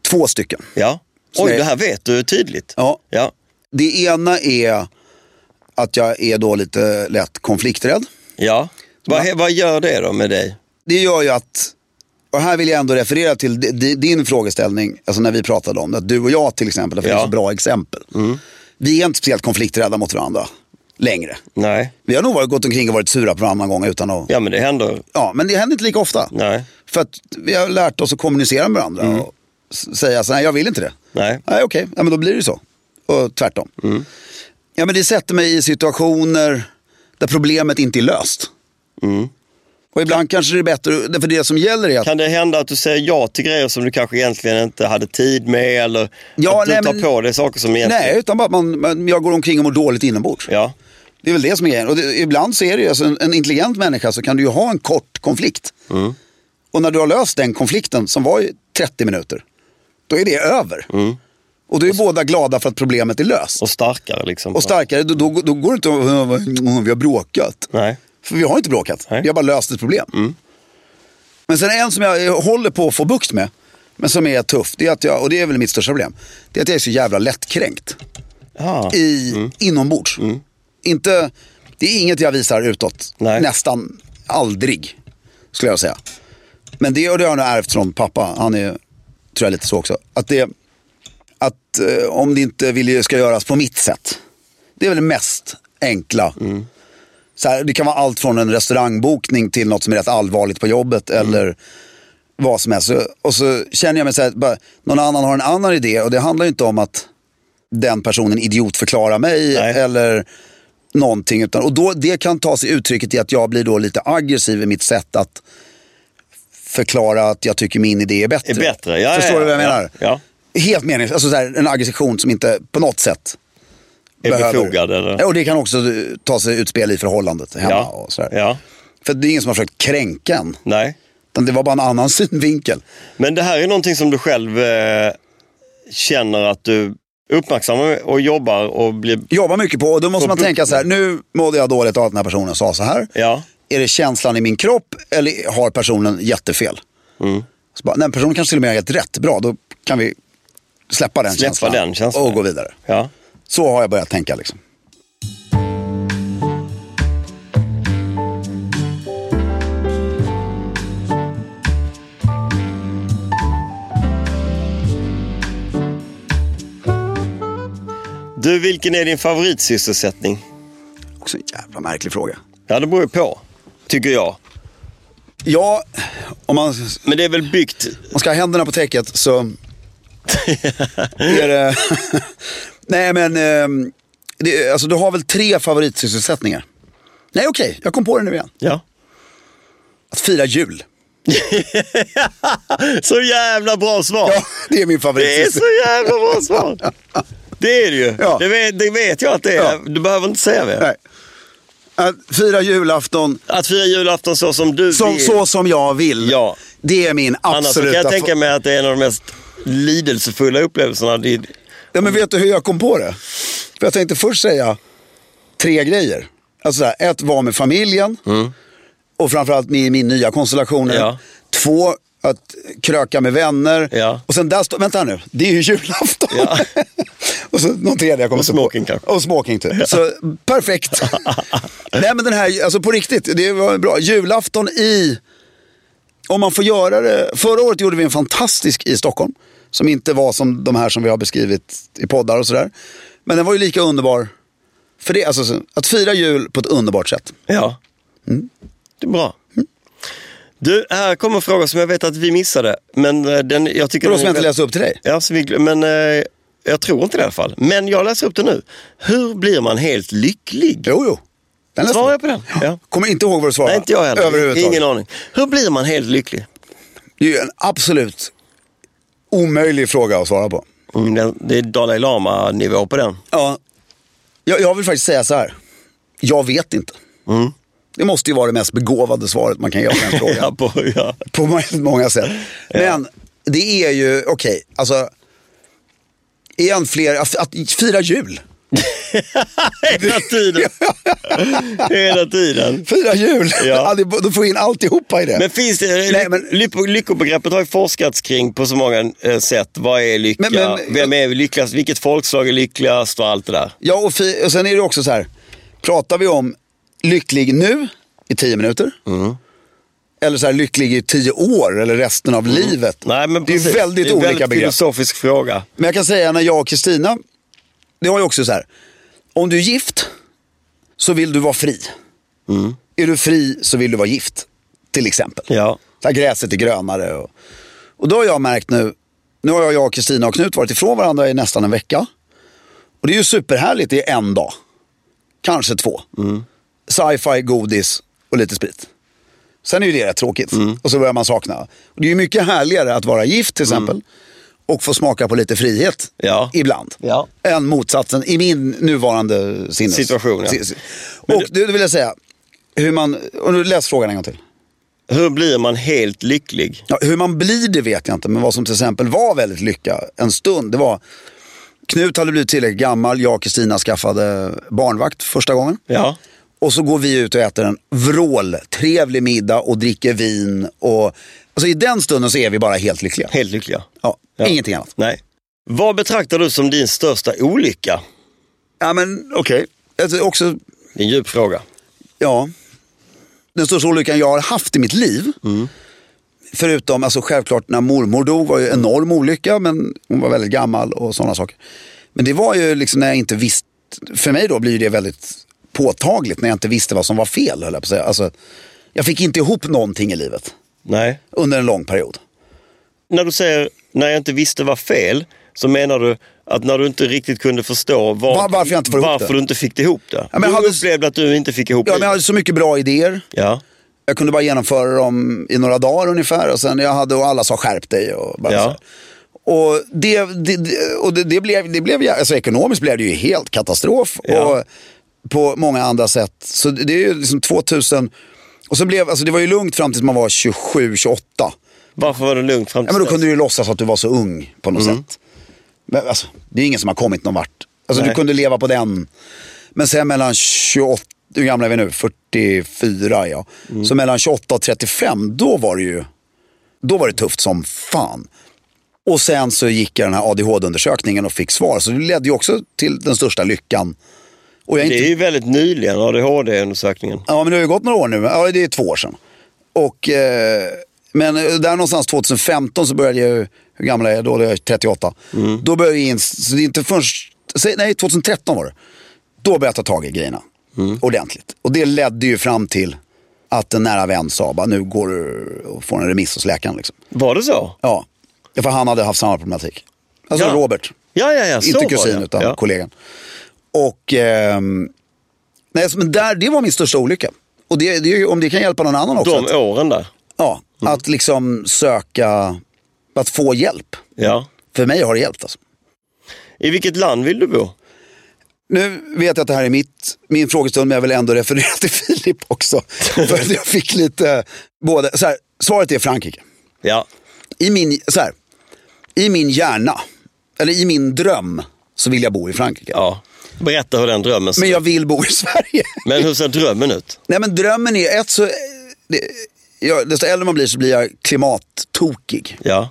[SPEAKER 1] två stycken.
[SPEAKER 2] Ja.
[SPEAKER 1] Så
[SPEAKER 2] Oj,
[SPEAKER 1] det-
[SPEAKER 2] det här vet du tydligt.
[SPEAKER 1] Ja.
[SPEAKER 2] Ja.
[SPEAKER 1] Det ena är att jag är då lite lätt konflikträdd.
[SPEAKER 2] ja. Vad, he- vad gör det då med dig?
[SPEAKER 1] det gör ju att, och här vill jag ändå referera till di- di- din frågeställning, alltså när vi pratade om det, att du och jag till exempel, därför det
[SPEAKER 2] Ja. Mm.
[SPEAKER 1] är så bra exempel. Vi är inte speciellt konflikträdda mot varandra längre.
[SPEAKER 2] Nej.
[SPEAKER 1] Vi har nog varit, gått omkring och varit sura på varandra någon gång utan att, ja.
[SPEAKER 2] Ja, men det händer.
[SPEAKER 1] men det händer inte lika ofta.
[SPEAKER 2] Nej. Mm.
[SPEAKER 1] För att vi har lärt oss att kommunicera med varandra och s- säga så här, jag vill inte det.
[SPEAKER 2] Nej.
[SPEAKER 1] Nej okej, ja, men då blir det så. Och tvärtom.
[SPEAKER 2] Mm.
[SPEAKER 1] Ja men det sätter mig i situationer där problemet inte är löst. Och ibland kanske det är bättre, för det som gäller är att...
[SPEAKER 2] Mm. Kan det hända att du säger ja till grejer som du kanske egentligen inte hade tid med? Eller
[SPEAKER 1] Ja,
[SPEAKER 2] att du
[SPEAKER 1] nej,
[SPEAKER 2] tar
[SPEAKER 1] men-
[SPEAKER 2] på dig saker som egentligen...
[SPEAKER 1] Nej, utan bara att man, man, jag går omkring och mår dåligt inombords.
[SPEAKER 2] Ja,
[SPEAKER 1] Det är väl det som är grejen. Och det, ibland så är det ju, alltså, en, en intelligent människa så kan du ju ha en kort konflikt.
[SPEAKER 2] Mm.
[SPEAKER 1] Och när du har löst den konflikten som var i 30 minuter, då är det över.
[SPEAKER 2] Mm.
[SPEAKER 1] Och då är båda glada för att problemet är löst.
[SPEAKER 2] och starkare liksom.
[SPEAKER 1] Och starkare, då, då, då går det inte att vi har bråkat.
[SPEAKER 2] Nej.
[SPEAKER 1] För vi har inte bråkat,
[SPEAKER 2] Nej. Mm.
[SPEAKER 1] vi har bara löst ett problem. Men sen en som jag håller på att få bukt med, men som är tuff, det är att jag, och det är väl mitt största problem, det är att jag är så jävla lättkränkt
[SPEAKER 2] Ja.
[SPEAKER 1] i, inombords. Inte, det är inget jag visar utåt,
[SPEAKER 2] Nej.
[SPEAKER 1] nästan aldrig skulle jag säga. Men det, och det har jag nog ärvt från pappa, han är tror jag lite så också. Att, det, att eh, om det inte vill, ska göras på mitt sätt, det är väl det mest enkla. Så här, det kan vara allt från en restaurangbokning till något som är rätt allvarligt på jobbet eller vad som helst. Så- Och så känner jag mig så här, bara, någon annan har en annan idé och det handlar ju inte om att den personen idiotförklarar mig
[SPEAKER 2] Nej.
[SPEAKER 1] eller någonting. Utan, och då, det kan ta sig uttrycket i att jag blir då lite aggressiv i mitt sätt att förklara att jag tycker min idé är bättre.
[SPEAKER 2] Är bättre. Ja,
[SPEAKER 1] Förstår
[SPEAKER 2] ja,
[SPEAKER 1] du vad jag
[SPEAKER 2] ja,
[SPEAKER 1] menar?
[SPEAKER 2] Ja.
[SPEAKER 1] Helt meningslöst, alltså så här, en aggression som inte på något sätt
[SPEAKER 2] Är
[SPEAKER 1] behöver.
[SPEAKER 2] befogad eller?
[SPEAKER 1] Ja, Och det kan också eh, ta sig utspel i förhållandet hemma
[SPEAKER 2] ja.
[SPEAKER 1] och sådär.
[SPEAKER 2] ja.
[SPEAKER 1] För det är ingen som har försökt kränka en.
[SPEAKER 2] Nej.
[SPEAKER 1] Utan det var bara en annan [LAUGHS] synvinkel.
[SPEAKER 2] Men det här är någonting som du själv eh, känner att du uppmärksammar och jobbar och blir...
[SPEAKER 1] Jobbar mycket på, och då måste
[SPEAKER 2] Och
[SPEAKER 1] man
[SPEAKER 2] bu-
[SPEAKER 1] tänka så här, nu mådde jag dåligt av att den här personen sa så här.
[SPEAKER 2] Ja.
[SPEAKER 1] Är det känslan i min kropp eller har personen jättefel?
[SPEAKER 2] Mm.
[SPEAKER 1] Så bara, nej, personen kanske till och med har helt rätt, bra då kan vi släppa den,
[SPEAKER 2] Släppa
[SPEAKER 1] känslan,
[SPEAKER 2] den känslan.
[SPEAKER 1] och gå vidare.
[SPEAKER 2] Ja.
[SPEAKER 1] Så har jag börjat tänka liksom.
[SPEAKER 2] Du, vilken är din favoritsysselsättning?
[SPEAKER 1] Också en jävla märklig fråga.
[SPEAKER 2] Ja, det beror ju på, tycker jag.
[SPEAKER 1] Ja, om man,
[SPEAKER 2] Men det är väl byggt...
[SPEAKER 1] man ska ha händerna på täcket
[SPEAKER 2] [LAUGHS]
[SPEAKER 1] så är det... [LAUGHS] Nej men, ehm, det, alltså, du har väl tre favoritsysselsättningar? Nej okej, jag kom på det nu igen.
[SPEAKER 2] Ja.
[SPEAKER 1] Att fira jul.
[SPEAKER 2] Så jävla bra svar!
[SPEAKER 1] Ja, [LAUGHS] det är min
[SPEAKER 2] Det är
[SPEAKER 1] favoritsysselsättning.
[SPEAKER 2] så jävla bra
[SPEAKER 1] [LAUGHS]
[SPEAKER 2] svar! Det är det ju.
[SPEAKER 1] Ja.
[SPEAKER 2] Det, vet, det vet jag att det är.
[SPEAKER 1] Ja.
[SPEAKER 2] Du behöver inte säga mer.
[SPEAKER 1] Nej. Att fira julafton
[SPEAKER 2] Att fira julafton så som du
[SPEAKER 1] som,
[SPEAKER 2] vill.
[SPEAKER 1] så som jag vill.
[SPEAKER 2] Ja.
[SPEAKER 1] Det är min
[SPEAKER 2] Annars så kan
[SPEAKER 1] absoluta...
[SPEAKER 2] jag tänka mig att det är en av de mest lidelsefulla upplevelserna. Det-
[SPEAKER 1] Ja, men vet du hur jag kom på det? För jag tänkte först säga tre grejer. Alltså så här, ett, var med familjen. Och framförallt med min nya konstellation. nu.
[SPEAKER 2] Mm. Ja.
[SPEAKER 1] Två, att kröka med vänner.
[SPEAKER 2] Ja.
[SPEAKER 1] Och sen där står, vänta nu, det är ju julafton.
[SPEAKER 2] Ja.
[SPEAKER 1] [LAUGHS] och så någon tredje jag kommer
[SPEAKER 2] Och
[SPEAKER 1] inte på.
[SPEAKER 2] smoking kanske.
[SPEAKER 1] Och smoking typ. Så perfekt. Nej men den här, alltså på riktigt, det var bra. Julafton i om man får göra det. Förra året gjorde vi en fantastisk i Stockholm. Som inte var som de här som vi har beskrivit i poddar och sådär. Men den var ju lika underbar. För det, alltså, så- att fira jul på ett underbart sätt.
[SPEAKER 2] Ja.
[SPEAKER 1] Mm.
[SPEAKER 2] Det är bra. Du, här kommer en fråga som jag vet att vi missade. Men eh, den, jag tycker
[SPEAKER 1] För då som
[SPEAKER 2] den är
[SPEAKER 1] jag inte
[SPEAKER 2] väldigt-
[SPEAKER 1] läste upp till dig.
[SPEAKER 2] Ja, så vi, glö- men eh, jag tror inte det i alla fall. Men jag läser upp det nu. Hur blir man helt lycklig?
[SPEAKER 1] Jo, jo. Den läste
[SPEAKER 2] Svarar
[SPEAKER 1] du.
[SPEAKER 2] jag på den? Ja.
[SPEAKER 1] Kommer inte ihåg vad du svarade.
[SPEAKER 2] Nej, inte jag heller.
[SPEAKER 1] Överhuvudtaget.
[SPEAKER 2] Ingen aning. Hur blir man helt lycklig?
[SPEAKER 1] Det är ju en absolut omöjlig fråga att svara på.
[SPEAKER 2] Mm, den- det är Dalai Lama-nivå på den.
[SPEAKER 1] Ja, jag, jag vill faktiskt säga så här. Jag vet inte.
[SPEAKER 2] Mm.
[SPEAKER 1] Det måste ju vara det mest begåvade svaret man kan göra
[SPEAKER 2] [LAUGHS]
[SPEAKER 1] på den frågan.
[SPEAKER 2] Ja, på, ja.
[SPEAKER 1] på väldigt många sätt. Men det är ju, okej, alltså. Igen, fler, att, att fira jul. [LAUGHS]
[SPEAKER 2] Hela tiden. Hela tiden.
[SPEAKER 1] Fira jul! [LAUGHS]
[SPEAKER 2] Ja.
[SPEAKER 1] Ja. det, du får in alltihopa i det.
[SPEAKER 2] Men finns det,
[SPEAKER 1] Nej, men-
[SPEAKER 2] lyck- lyckobegreppet har ju forskats kring på så många eh, sätt. Vad är lycka?
[SPEAKER 1] Men- men-
[SPEAKER 2] Vem är lyckligast? Vilket folkslag är lyckligast och allt det där.
[SPEAKER 1] Ja, och, fi, och sen är det också så här. Pratar vi om lycklig nu i tio minuter?
[SPEAKER 2] Mm.
[SPEAKER 1] Eller så här lycklig i tio år eller resten av livet?
[SPEAKER 2] Mm. Nej, men
[SPEAKER 1] det är
[SPEAKER 2] precis.
[SPEAKER 1] väldigt
[SPEAKER 2] det är en
[SPEAKER 1] olika
[SPEAKER 2] väldigt
[SPEAKER 1] begrepp.
[SPEAKER 2] filosofisk fråga.
[SPEAKER 1] Men jag kan säga när jag och Kristina, det har ju också så här. Om du är gift så vill du vara fri. Är du fri så vill du vara gift. Till exempel.
[SPEAKER 2] Ja.
[SPEAKER 1] Där gräset är grönare. Och, och då har jag märkt nu, nu har jag, Kristina och Knut varit ifrån varandra i nästan en vecka. Och det är ju superhärligt i en dag. Kanske två.
[SPEAKER 2] Mm.
[SPEAKER 1] Sci-fi, godis och lite sprit. Sen är ju det rätt tråkigt.
[SPEAKER 2] Mm.
[SPEAKER 1] Och så börjar man sakna. Och det är ju mycket härligare att vara gift till exempel. Och få smaka på lite frihet
[SPEAKER 2] Mm. Ja.
[SPEAKER 1] ibland.
[SPEAKER 2] Ja.
[SPEAKER 1] Än motsatsen i min nuvarande sinnes...
[SPEAKER 2] Situation, ja.
[SPEAKER 1] si- si- Och det det vill jag säga. Hur man, och nu läs frågan en gång till.
[SPEAKER 2] Hur blir man helt lycklig?
[SPEAKER 1] Ja, hur man blir det vet jag inte, men vad som till exempel var väldigt lycka en stund, det var Knut hade blivit tillräckligt gammal, jag och Kristina skaffade barnvakt första gången.
[SPEAKER 2] Ja.
[SPEAKER 1] Och så går vi ut och äter en vrål, trevlig middag och dricker vin. Och, alltså i den stunden så är vi bara helt lyckliga.
[SPEAKER 2] Helt lyckliga.
[SPEAKER 1] Ja,
[SPEAKER 2] Ja.
[SPEAKER 1] Ingenting annat.
[SPEAKER 2] Nej. Vad betraktar du som din största olycka?
[SPEAKER 1] Ja men okej. Alltså, också,
[SPEAKER 2] Det är en djup fråga.
[SPEAKER 1] ja. Den största olyckan jag har haft i mitt liv. Förutom, alltså självklart när mormor dog var ju en enorm olycka, men hon var väldigt gammal och sådana saker. Men det var ju liksom när jag inte visste, för mig då blir ju det väldigt påtagligt när jag inte visste vad som var fel, höll jag på att säga. Alltså, jag fick inte ihop någonting i livet
[SPEAKER 2] Nej.
[SPEAKER 1] under en lång period.
[SPEAKER 2] När du säger när jag inte visste var fel, så menar du att när du inte riktigt kunde förstå var,
[SPEAKER 1] Var- varför jag inte får ihop
[SPEAKER 2] varför
[SPEAKER 1] det.
[SPEAKER 2] du inte fick det ihop det.
[SPEAKER 1] Ja, men
[SPEAKER 2] du
[SPEAKER 1] hade-
[SPEAKER 2] upplevde att du inte fick ihop
[SPEAKER 1] Ja,
[SPEAKER 2] det.
[SPEAKER 1] men jag hade så mycket bra idéer.
[SPEAKER 2] Ja.
[SPEAKER 1] Jag kunde bara genomföra dem i några dagar ungefär. Och sen jag hade och alla sa skärp dig. Och, bara
[SPEAKER 2] Ja.
[SPEAKER 1] så här. och, det, det, det- och det, det blev, det blev, jä- alltså ekonomiskt blev det ju helt katastrof.
[SPEAKER 2] Ja.
[SPEAKER 1] Och på många andra sätt. Så det det är ju liksom 2000. Och sen blev, alltså det var ju lugnt fram tills man var 27, 28.
[SPEAKER 2] Varför var det lugnt fram
[SPEAKER 1] Ja,
[SPEAKER 2] till
[SPEAKER 1] men då
[SPEAKER 2] dess?
[SPEAKER 1] kunde du ju låtsas att du var så ung på
[SPEAKER 2] Mm.
[SPEAKER 1] något sätt. Men alltså, det är ingen som har kommit någon vart. Alltså
[SPEAKER 2] Nej.
[SPEAKER 1] du kunde leva på den. Men sen mellan 28, hur gamla är vi nu? 44 ja.
[SPEAKER 2] Mm.
[SPEAKER 1] Så mellan 28 och 35, då var det ju, då var det tufft som fan. Och sen så gick jag den här ADHD-undersökningen och fick svar. Så det ledde ju också till den största lyckan. Och jag är
[SPEAKER 2] Det är ju väldigt nyligen, ADHD-undersökningen.
[SPEAKER 1] Ja, men det har ju gått några år nu. Ja, det är två år sedan. Och, eh, men där någonstans 2015 så började jag, ju- hur gammal är jag då? Då är jag 38. Då började jag inse, så det är inte först säg- nej, 2013 var det. Då började jag ta tag i grejerna ordentligt. Och det ledde ju fram till att en nära vän sa, bara, nu går du och får en remiss hos läkaren. Liksom.
[SPEAKER 2] Var det så?
[SPEAKER 1] Ja, för han hade haft samma problematik. Alltså
[SPEAKER 2] Ja.
[SPEAKER 1] Robert.
[SPEAKER 2] Ja, ja, ja. Så
[SPEAKER 1] Inte
[SPEAKER 2] var
[SPEAKER 1] kusin
[SPEAKER 2] det.
[SPEAKER 1] utan
[SPEAKER 2] ja.
[SPEAKER 1] kollegan. Och, ehm, nej, så- men där, det var min största olycka. Och det, det, är ju- om det kan hjälpa någon annan också.
[SPEAKER 2] De Mm.
[SPEAKER 1] att,
[SPEAKER 2] åren där.
[SPEAKER 1] ja, att liksom söka, att få hjälp.
[SPEAKER 2] Ja.
[SPEAKER 1] För mig har det hjälpt alltså.
[SPEAKER 2] I vilket land vill du bo?
[SPEAKER 1] Nu vet jag att det här är mitt, min frågestund men jag vill ändå [LAUGHS] referera till Filip
[SPEAKER 2] [LAUGHS]
[SPEAKER 1] också. För att jag fick lite, både, så här, svaret är Frankrike.
[SPEAKER 2] Ja.
[SPEAKER 1] I min, så här, I min hjärna, eller i min dröm, så vill jag bo i Frankrike.
[SPEAKER 2] ja. Berätta hur den drömmen ser
[SPEAKER 1] Men
[SPEAKER 2] ut.
[SPEAKER 1] jag vill bo i Sverige.
[SPEAKER 2] Men hur ser drömmen ut?
[SPEAKER 1] Nej men drömmen är, ett så, eh, det, jag, desto äldre man blir så blir jag klimattokig.
[SPEAKER 2] Ja.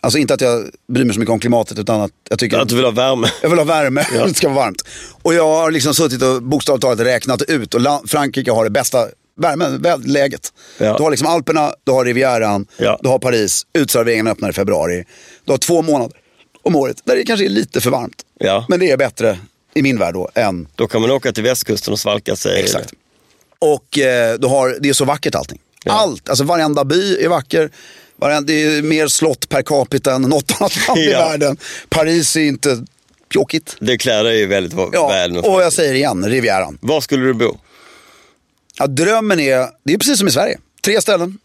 [SPEAKER 1] Alltså inte att jag bryr mig så mycket om klimatet utan att jag tycker
[SPEAKER 2] Att du vill ha värme.
[SPEAKER 1] Jag vill ha värme, [LAUGHS] det ska vara varmt. Och jag har liksom suttit och bokstavligt talat räknat ut och la- Frankrike har det bästa värmen, väl- läget.
[SPEAKER 2] Ja.
[SPEAKER 1] Du har liksom Alperna, du har Rivieran,
[SPEAKER 2] Ja.
[SPEAKER 1] du har Paris, utserveringen öppnar i februari. Du har två månader om året där det kanske är lite för varmt.
[SPEAKER 2] Ja.
[SPEAKER 1] Men det är bättre i min värld då än...
[SPEAKER 2] Då kan man åka till västkusten och svalka sig. i
[SPEAKER 1] Exakt. Eh, Och eh, du har, det är så vackert allting. Allt, alltså varenda by är vacker. Varenda, det är mer slott per capita än något annat [LAUGHS] land i
[SPEAKER 2] Ja.
[SPEAKER 1] världen. Paris är inte pjåkigt.
[SPEAKER 2] Det Det klär dig ju väldigt va-
[SPEAKER 1] Ja,
[SPEAKER 2] väl. med
[SPEAKER 1] och jag
[SPEAKER 2] faktiskt.
[SPEAKER 1] säger igen, Rivieran.
[SPEAKER 2] Var skulle du bo?
[SPEAKER 1] Ja, drömmen är, det är precis som i Sverige. Tre ställen.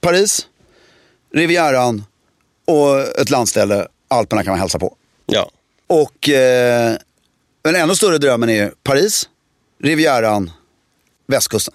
[SPEAKER 1] Paris, Rivieran och ett landställe. Alperna kan man hälsa på.
[SPEAKER 2] Ja.
[SPEAKER 1] Och eh, den ännu större drömmen är Paris, Rivieran, västkusten.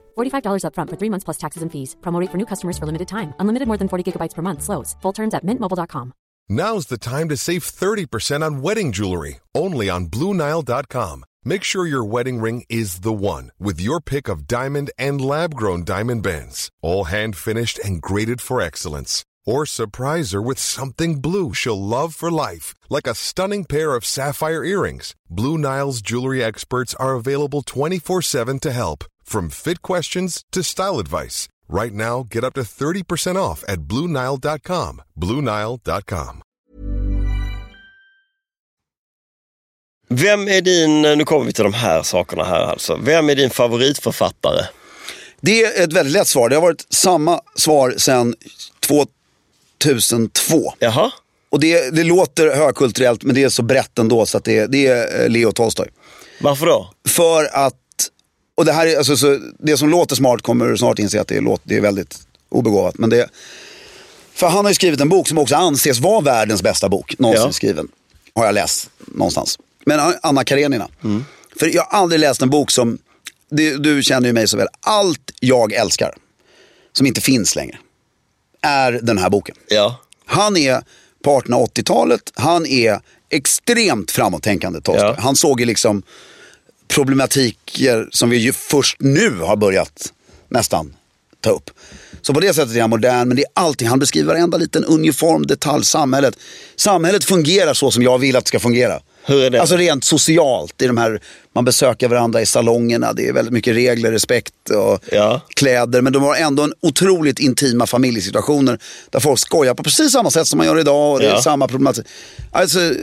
[SPEAKER 4] $45 upfront for three months plus taxes and fees. Promo rate for new customers for limited time. Unlimited more than 40 gigabytes per month. Slows. Full terms at mintmobile.com.
[SPEAKER 6] Now's the time to save 30% on wedding jewelry, only on BlueNile.com. Make sure your wedding ring is the one with your pick of diamond and lab grown diamond bands, all hand finished and graded for excellence. Or surprise her with something blue she'll love for life, like a stunning pair of sapphire earrings. Blue Nile's jewelry experts are available 24 7 to help, from fit questions to style advice. Right now, get up to 30% off at BlueNile.com. BlueNile.com.
[SPEAKER 2] Vem är din, nu kommer vi till de här sakerna här alltså. Vem är din favoritförfattare?
[SPEAKER 1] Det är ett väldigt lätt svar. Det har varit samma svar sedan 2002.
[SPEAKER 2] Jaha?
[SPEAKER 1] Och det, det låter högkulturellt men det är så brett ändå så att det, det är eh, Leo Tolstoj.
[SPEAKER 2] Varför då?
[SPEAKER 1] För att, och det här är, alltså, så, det som låter smart kommer du snart inse att det, låter, det är väldigt obegåvat. Men det, för han har ju skrivit en bok som också anses vara världens bästa bok någonsin
[SPEAKER 2] Ja.
[SPEAKER 1] skriven. Har jag läst någonstans. Men Anna Karenina. För jag har aldrig läst en bok som, du, du känner ju mig så väl, allt jag älskar, som inte finns längre, är den här boken.
[SPEAKER 2] Ja.
[SPEAKER 1] Han är på 1880-talet, han är extremt framåttänkande Tolstoj.
[SPEAKER 2] Ja.
[SPEAKER 1] Han såg ju liksom problematiker som vi ju först nu har börjat nästan ta upp. Så på det sättet är han modern, men det är allting, han beskriver varenda liten uniform detalj, samhället. Samhället fungerar så som jag vill att det ska fungera.
[SPEAKER 2] Hur är det?
[SPEAKER 1] Alltså rent socialt, i de här, man besöker varandra i salongerna, det är väldigt mycket regler, respekt och
[SPEAKER 2] Ja.
[SPEAKER 1] kläder. Men de har ändå en otroligt intima familjesituationer där folk skojar på precis samma sätt som man gör idag och det är
[SPEAKER 2] Ja.
[SPEAKER 1] samma problematik. Alltså,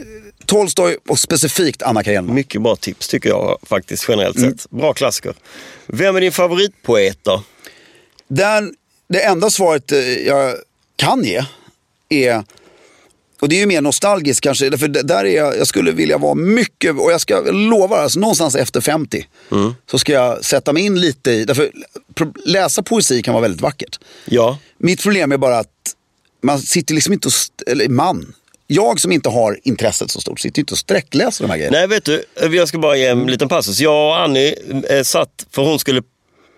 [SPEAKER 1] Tolstoj och specifikt Anna Karenina.
[SPEAKER 2] Mycket bra tips tycker jag faktiskt generellt
[SPEAKER 1] Mm.
[SPEAKER 2] sett. Bra klassiker. Vem är din favoritpoet då?
[SPEAKER 1] Den, det enda svaret eh, jag kan ge är, och det är ju mer nostalgiskt kanske, för d- där är jag, jag skulle vilja vara mycket, och jag ska jag lovar, alltså, någonstans efter 50 så ska jag sätta mig in lite i, därför pro- läsa poesi kan vara väldigt vackert.
[SPEAKER 2] Ja.
[SPEAKER 1] Mitt problem är bara att man sitter liksom inte och, st- eller man, jag som inte har intresset så stort, sitter ju inte och sträckläser de här grejerna.
[SPEAKER 2] Nej, vet du, jag ska bara ge
[SPEAKER 1] Mm.
[SPEAKER 2] en liten passus. Jag och Annie eh, satt, för hon skulle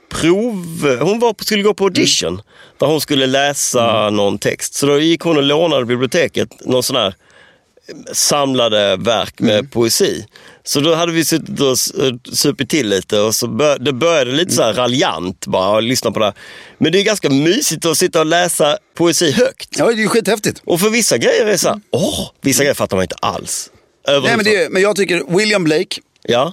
[SPEAKER 2] prov... Hon var, på- skulle gå på audition
[SPEAKER 1] Mm.
[SPEAKER 2] där hon skulle läsa någon text. Så då gick hon och lånade biblioteket någon sån här samlade verk med
[SPEAKER 1] Mm.
[SPEAKER 2] poesi. Så då hade vi suttit och s- eh, supit till lite och så bör, det började lite så här
[SPEAKER 1] Mm.
[SPEAKER 2] raljant bara att lyssna på det. här. Men det är ganska mysigt att sitta och läsa poesi högt.
[SPEAKER 1] Ja, det är ju skithäftigt.
[SPEAKER 2] Och för vissa grejer är det så här, åh, vissa grejer fattar man inte alls.
[SPEAKER 1] Mm. Nej, men, det är, men jag tycker William Blake,
[SPEAKER 2] Ja,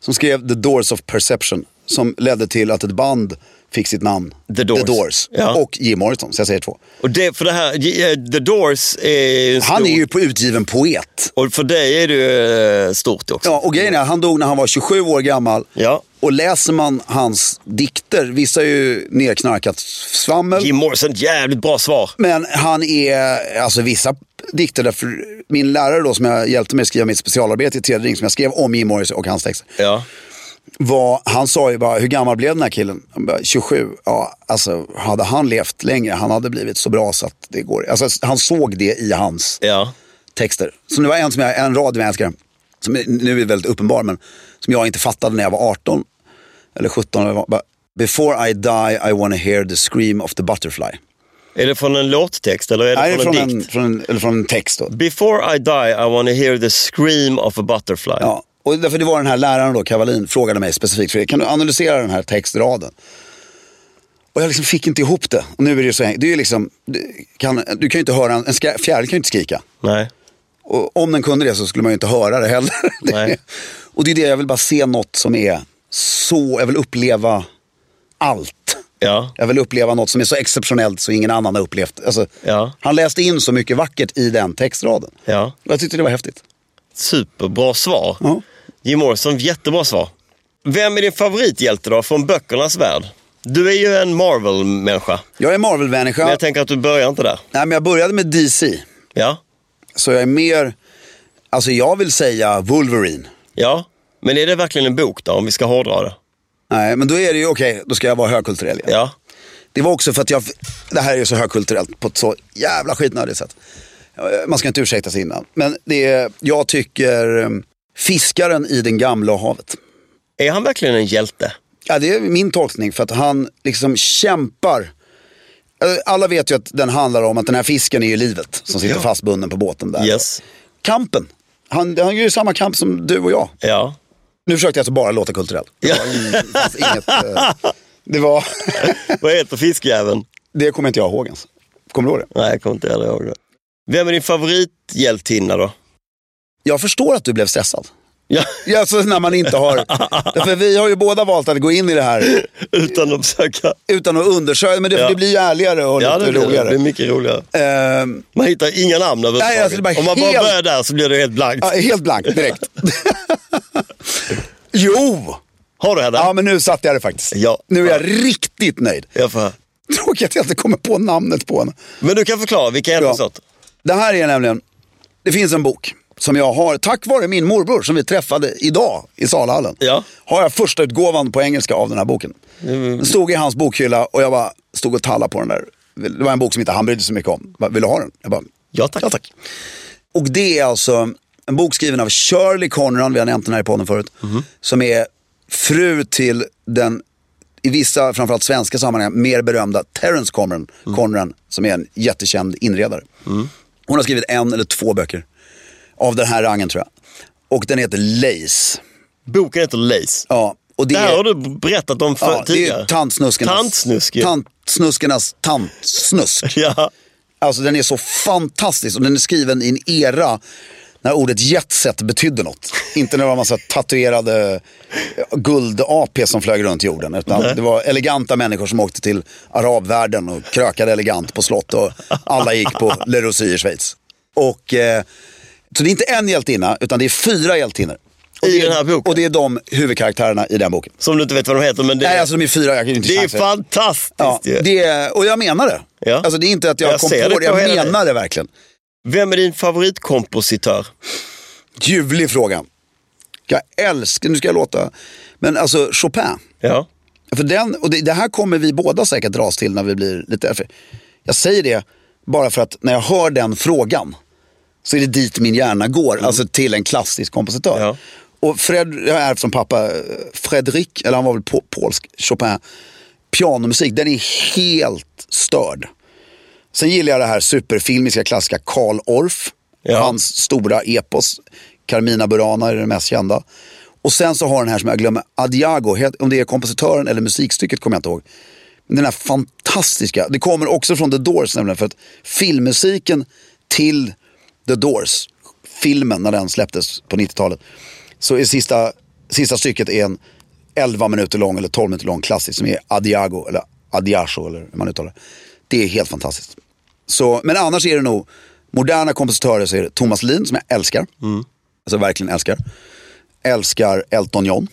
[SPEAKER 1] som skrev The Doors of Perception, som ledde till att ett band fick sitt namn
[SPEAKER 2] The Doors. Ja.
[SPEAKER 1] och Jim Morrison, så jag säger två.
[SPEAKER 2] och det, för det här, eh, The Doors är en stor...
[SPEAKER 1] Han är ju på utgiven poet.
[SPEAKER 2] Och för dig är det ju eh, stort också.
[SPEAKER 1] Ja, och grejen är, han dog när han var 27 år gammal.
[SPEAKER 2] Ja.
[SPEAKER 1] Och läser man hans dikter, vissa är ju nerknarkat svammel.
[SPEAKER 2] Jim Morrison, jävligt bra svar.
[SPEAKER 1] Men han är, alltså vissa dikter, därför min lärare då som jag hjälpte mig skriva mitt specialarbete i tredje ring som jag skrev om Jim Morrison och hans texter.
[SPEAKER 2] Ja.
[SPEAKER 1] Var, han sa ju bara, hur gammal blev den här killen? Han bara, 27. Ja, alltså hade han levt längre, han hade blivit så bra så att det går. Alltså han såg det i hans
[SPEAKER 2] Ja.
[SPEAKER 1] texter. Så det var en, som jag, en rad som jag älskar, som är- nu är väldigt uppenbar, men som jag inte fattade när jag var 18 eller 17. eller vad- bara, Before I die I wanna hear the scream of the butterfly.
[SPEAKER 2] Är det från en låttext eller är det
[SPEAKER 1] Nej, det är
[SPEAKER 2] från
[SPEAKER 1] från
[SPEAKER 2] en dikt?
[SPEAKER 1] en, från en, eller från en text då.
[SPEAKER 2] Before I die I wanna hear the scream of a butterfly.
[SPEAKER 1] Ja, och därför det var den här läraren då, Kavalin, frågade mig specifikt, Fredrik, kan du analysera den här textraden? Och jag liksom fick inte ihop det. Och nu är det ju så, det är ju liksom, du kan, du kan ju inte höra, en, en skra- fjäril kan ju inte skrika.
[SPEAKER 2] Nej.
[SPEAKER 1] Och om den kunde det så skulle man ju inte höra det heller. [LAUGHS] Det-
[SPEAKER 2] Nej.
[SPEAKER 1] och det är det, jag vill bara se något som är så, jag vill uppleva allt.
[SPEAKER 2] Ja.
[SPEAKER 1] Jag vill uppleva något som är så exceptionellt så ingen annan har upplevt. Alltså,
[SPEAKER 2] Ja.
[SPEAKER 1] Han läste in så mycket vackert i den textraden.
[SPEAKER 2] Ja.
[SPEAKER 1] Och Jag tyckte det var häftigt.
[SPEAKER 2] Superbra svar.
[SPEAKER 1] Ja.
[SPEAKER 2] Jim Morrison, jättebra svar. Vem är din favorithjälte då från böckernas värld? Du är ju en Marvel-människa,
[SPEAKER 1] Jag är Marvel-människa.
[SPEAKER 2] men jag tänker att du börjar inte där.
[SPEAKER 1] Nej, men jag började med DC.
[SPEAKER 2] Ja,
[SPEAKER 1] Så jag är mer, alltså jag vill säga Wolverine.
[SPEAKER 2] ja. Men är det verkligen en bok då, om vi ska hårdra det?
[SPEAKER 1] Nej, men då är det ju okej, då ska jag vara högkulturell igen.
[SPEAKER 2] Ja,
[SPEAKER 1] Det var också för att jag, det här är ju så högkulturellt på ett så jävla skitnödigt sätt. Man ska inte ursäkta sig innan. Men det är, jag tycker eh, fiskaren i den gamla havet.
[SPEAKER 2] är han verkligen en hjälte?
[SPEAKER 1] Ja, det är min tolkning för att han liksom kämpar. Eh, Alla vet ju att den handlar om att den här fisken är ju livet som sitter fastbunden på båten där.
[SPEAKER 2] Yes.
[SPEAKER 1] Kampen. Han, han gör ju samma kamp som du och jag.
[SPEAKER 2] Ja.
[SPEAKER 1] Nu försökte jag alltså bara låta kulturell. Det
[SPEAKER 2] Ja.
[SPEAKER 1] var ing- det fanns inget... eh, Det var...
[SPEAKER 2] Vad heter fiskjäveln?
[SPEAKER 1] Det kommer inte jag ihåg ens. Kommer du ihåg det?
[SPEAKER 2] Nej, jag kommer inte heller ihåg det. Vem är din favorithjältinna då?
[SPEAKER 1] Jag förstår att du blev stressad.
[SPEAKER 2] Ja, [LAUGHS]
[SPEAKER 1] Ja, Alltså när man inte har... Därför vi har ju båda valt att gå in i det här
[SPEAKER 2] utan att försöka.
[SPEAKER 1] utan att undersöka. Men det,
[SPEAKER 2] Ja.
[SPEAKER 1] det blir ju ärligare och
[SPEAKER 2] Ja,
[SPEAKER 1] lite
[SPEAKER 2] det blir, det
[SPEAKER 1] roligare.
[SPEAKER 2] blir mycket roligare.
[SPEAKER 1] Ehm,
[SPEAKER 2] Man hittar inga namn överhuvudtaget.
[SPEAKER 1] Nej, alltså, det är bara
[SPEAKER 2] Om man bara
[SPEAKER 1] helt-
[SPEAKER 2] börjar där så blir det helt blankt.
[SPEAKER 1] ja, helt blankt direkt. [LAUGHS] jo!
[SPEAKER 2] Har du henne?
[SPEAKER 1] Ja, men nu satte jag det faktiskt.
[SPEAKER 2] Ja.
[SPEAKER 1] Nu är jag riktigt nöjd.
[SPEAKER 2] Jag får...
[SPEAKER 1] Tråkigt att jag inte kommer på namnet på henne.
[SPEAKER 2] Men du kan förklara, vilka hjältar ja.
[SPEAKER 1] Ja. Det här är nämligen, det finns en bok som jag har, tack vare min morbror som vi träffade idag i Salhallen.
[SPEAKER 2] Ja.
[SPEAKER 1] Har jag första utgåvan på engelska av den här boken. Den stod i hans bokhylla och jag bara stod och tallade på den där. Det var en bok som inte han brydde sig mycket om. Bara, Vill du ha den? Jag bara,
[SPEAKER 2] Ja, tack.
[SPEAKER 1] Ja, tack. Och det är alltså en bok skriven av Shirley Conran, vi har nämnt den här i podden förut. Som är fru till den, i vissa, framförallt svenska sammanhang, mer berömda Terence Conran, Conran som är en jättekänd inredare. Hon har skrivit en eller två böcker av den här rangen tror jag. Och den heter Lace.
[SPEAKER 2] Boken heter Lace.
[SPEAKER 1] Ja, och det
[SPEAKER 2] Det här
[SPEAKER 1] är,
[SPEAKER 2] har du berättat om för,
[SPEAKER 1] ja, det
[SPEAKER 2] tidigare.
[SPEAKER 1] är tantsnuskernas,
[SPEAKER 2] Tantsnusk, ja.
[SPEAKER 1] tantsnuskernas tantsnusk.
[SPEAKER 2] Ja.
[SPEAKER 1] Alltså den är så fantastisk och den är skriven i en era när ordet jetset betydde något. Inte när det var en massa tatuerade guld-AP som flög runt jorden. Utan det var eleganta människor som åkte till arabvärlden och krökade elegant på slott. Och alla gick på Le Rosy i Schweiz. Och, eh, så det är inte en hjältinna, utan det är fyra hjältinnor. Och
[SPEAKER 2] I
[SPEAKER 1] det är-
[SPEAKER 2] den här boken?
[SPEAKER 1] Och det är de huvudkaraktärerna i den boken.
[SPEAKER 2] Som du inte vet vad de heter, men det,
[SPEAKER 1] Nej, alltså de är fyra, jag kan ju inte
[SPEAKER 2] det är
[SPEAKER 1] chansa.
[SPEAKER 2] fantastiskt
[SPEAKER 1] Ja,
[SPEAKER 2] ju.
[SPEAKER 1] det är, och jag menar det.
[SPEAKER 2] Ja.
[SPEAKER 1] Alltså det är inte att jag,
[SPEAKER 2] Jag
[SPEAKER 1] kom på
[SPEAKER 2] ser det
[SPEAKER 1] det,
[SPEAKER 2] på
[SPEAKER 1] jag
[SPEAKER 2] hela dig.
[SPEAKER 1] menar det verkligen.
[SPEAKER 2] Vem är din favoritkompositör?
[SPEAKER 1] Ljuvlig fråga. Jag älskar, nu ska jag låta, men alltså Chopin.
[SPEAKER 2] Ja.
[SPEAKER 1] För den, och det, det här kommer vi båda säkert dras till när vi blir lite äldre. Jag säger det bara för att när jag hör den frågan så är det dit min hjärna går, alltså till en klassisk kompositör.
[SPEAKER 2] Ja.
[SPEAKER 1] Och Fred, jag har ärvt från pappa, eh, Fredrik, eller han var väl po- polsk, Chopin, pianomusik, den är helt störd. Sen gillar jag det här superfilmiska klassiska Karl Orff.
[SPEAKER 2] Ja.
[SPEAKER 1] Hans stora epos. Carmina Burana är den mest kända. Och sen så har den här som jag glömmer, Adiago, het- om det är kompositören eller musikstycket kommer jag inte ihåg. Men Den här fantastiska, det kommer också från The Doors nämligen för att filmmusiken till The Doors, filmen när den släpptes på 90-talet, så är sista, sista stycket är en 11 minuter lång eller 12 minuter lång klassisk som är Adiago eller Adiago eller hur man uttalar det. Det är helt fantastiskt. Så, men annars är det nog, moderna kompositörer så är det Thomas Lin som jag älskar. Alltså verkligen älskar. Älskar Elton John.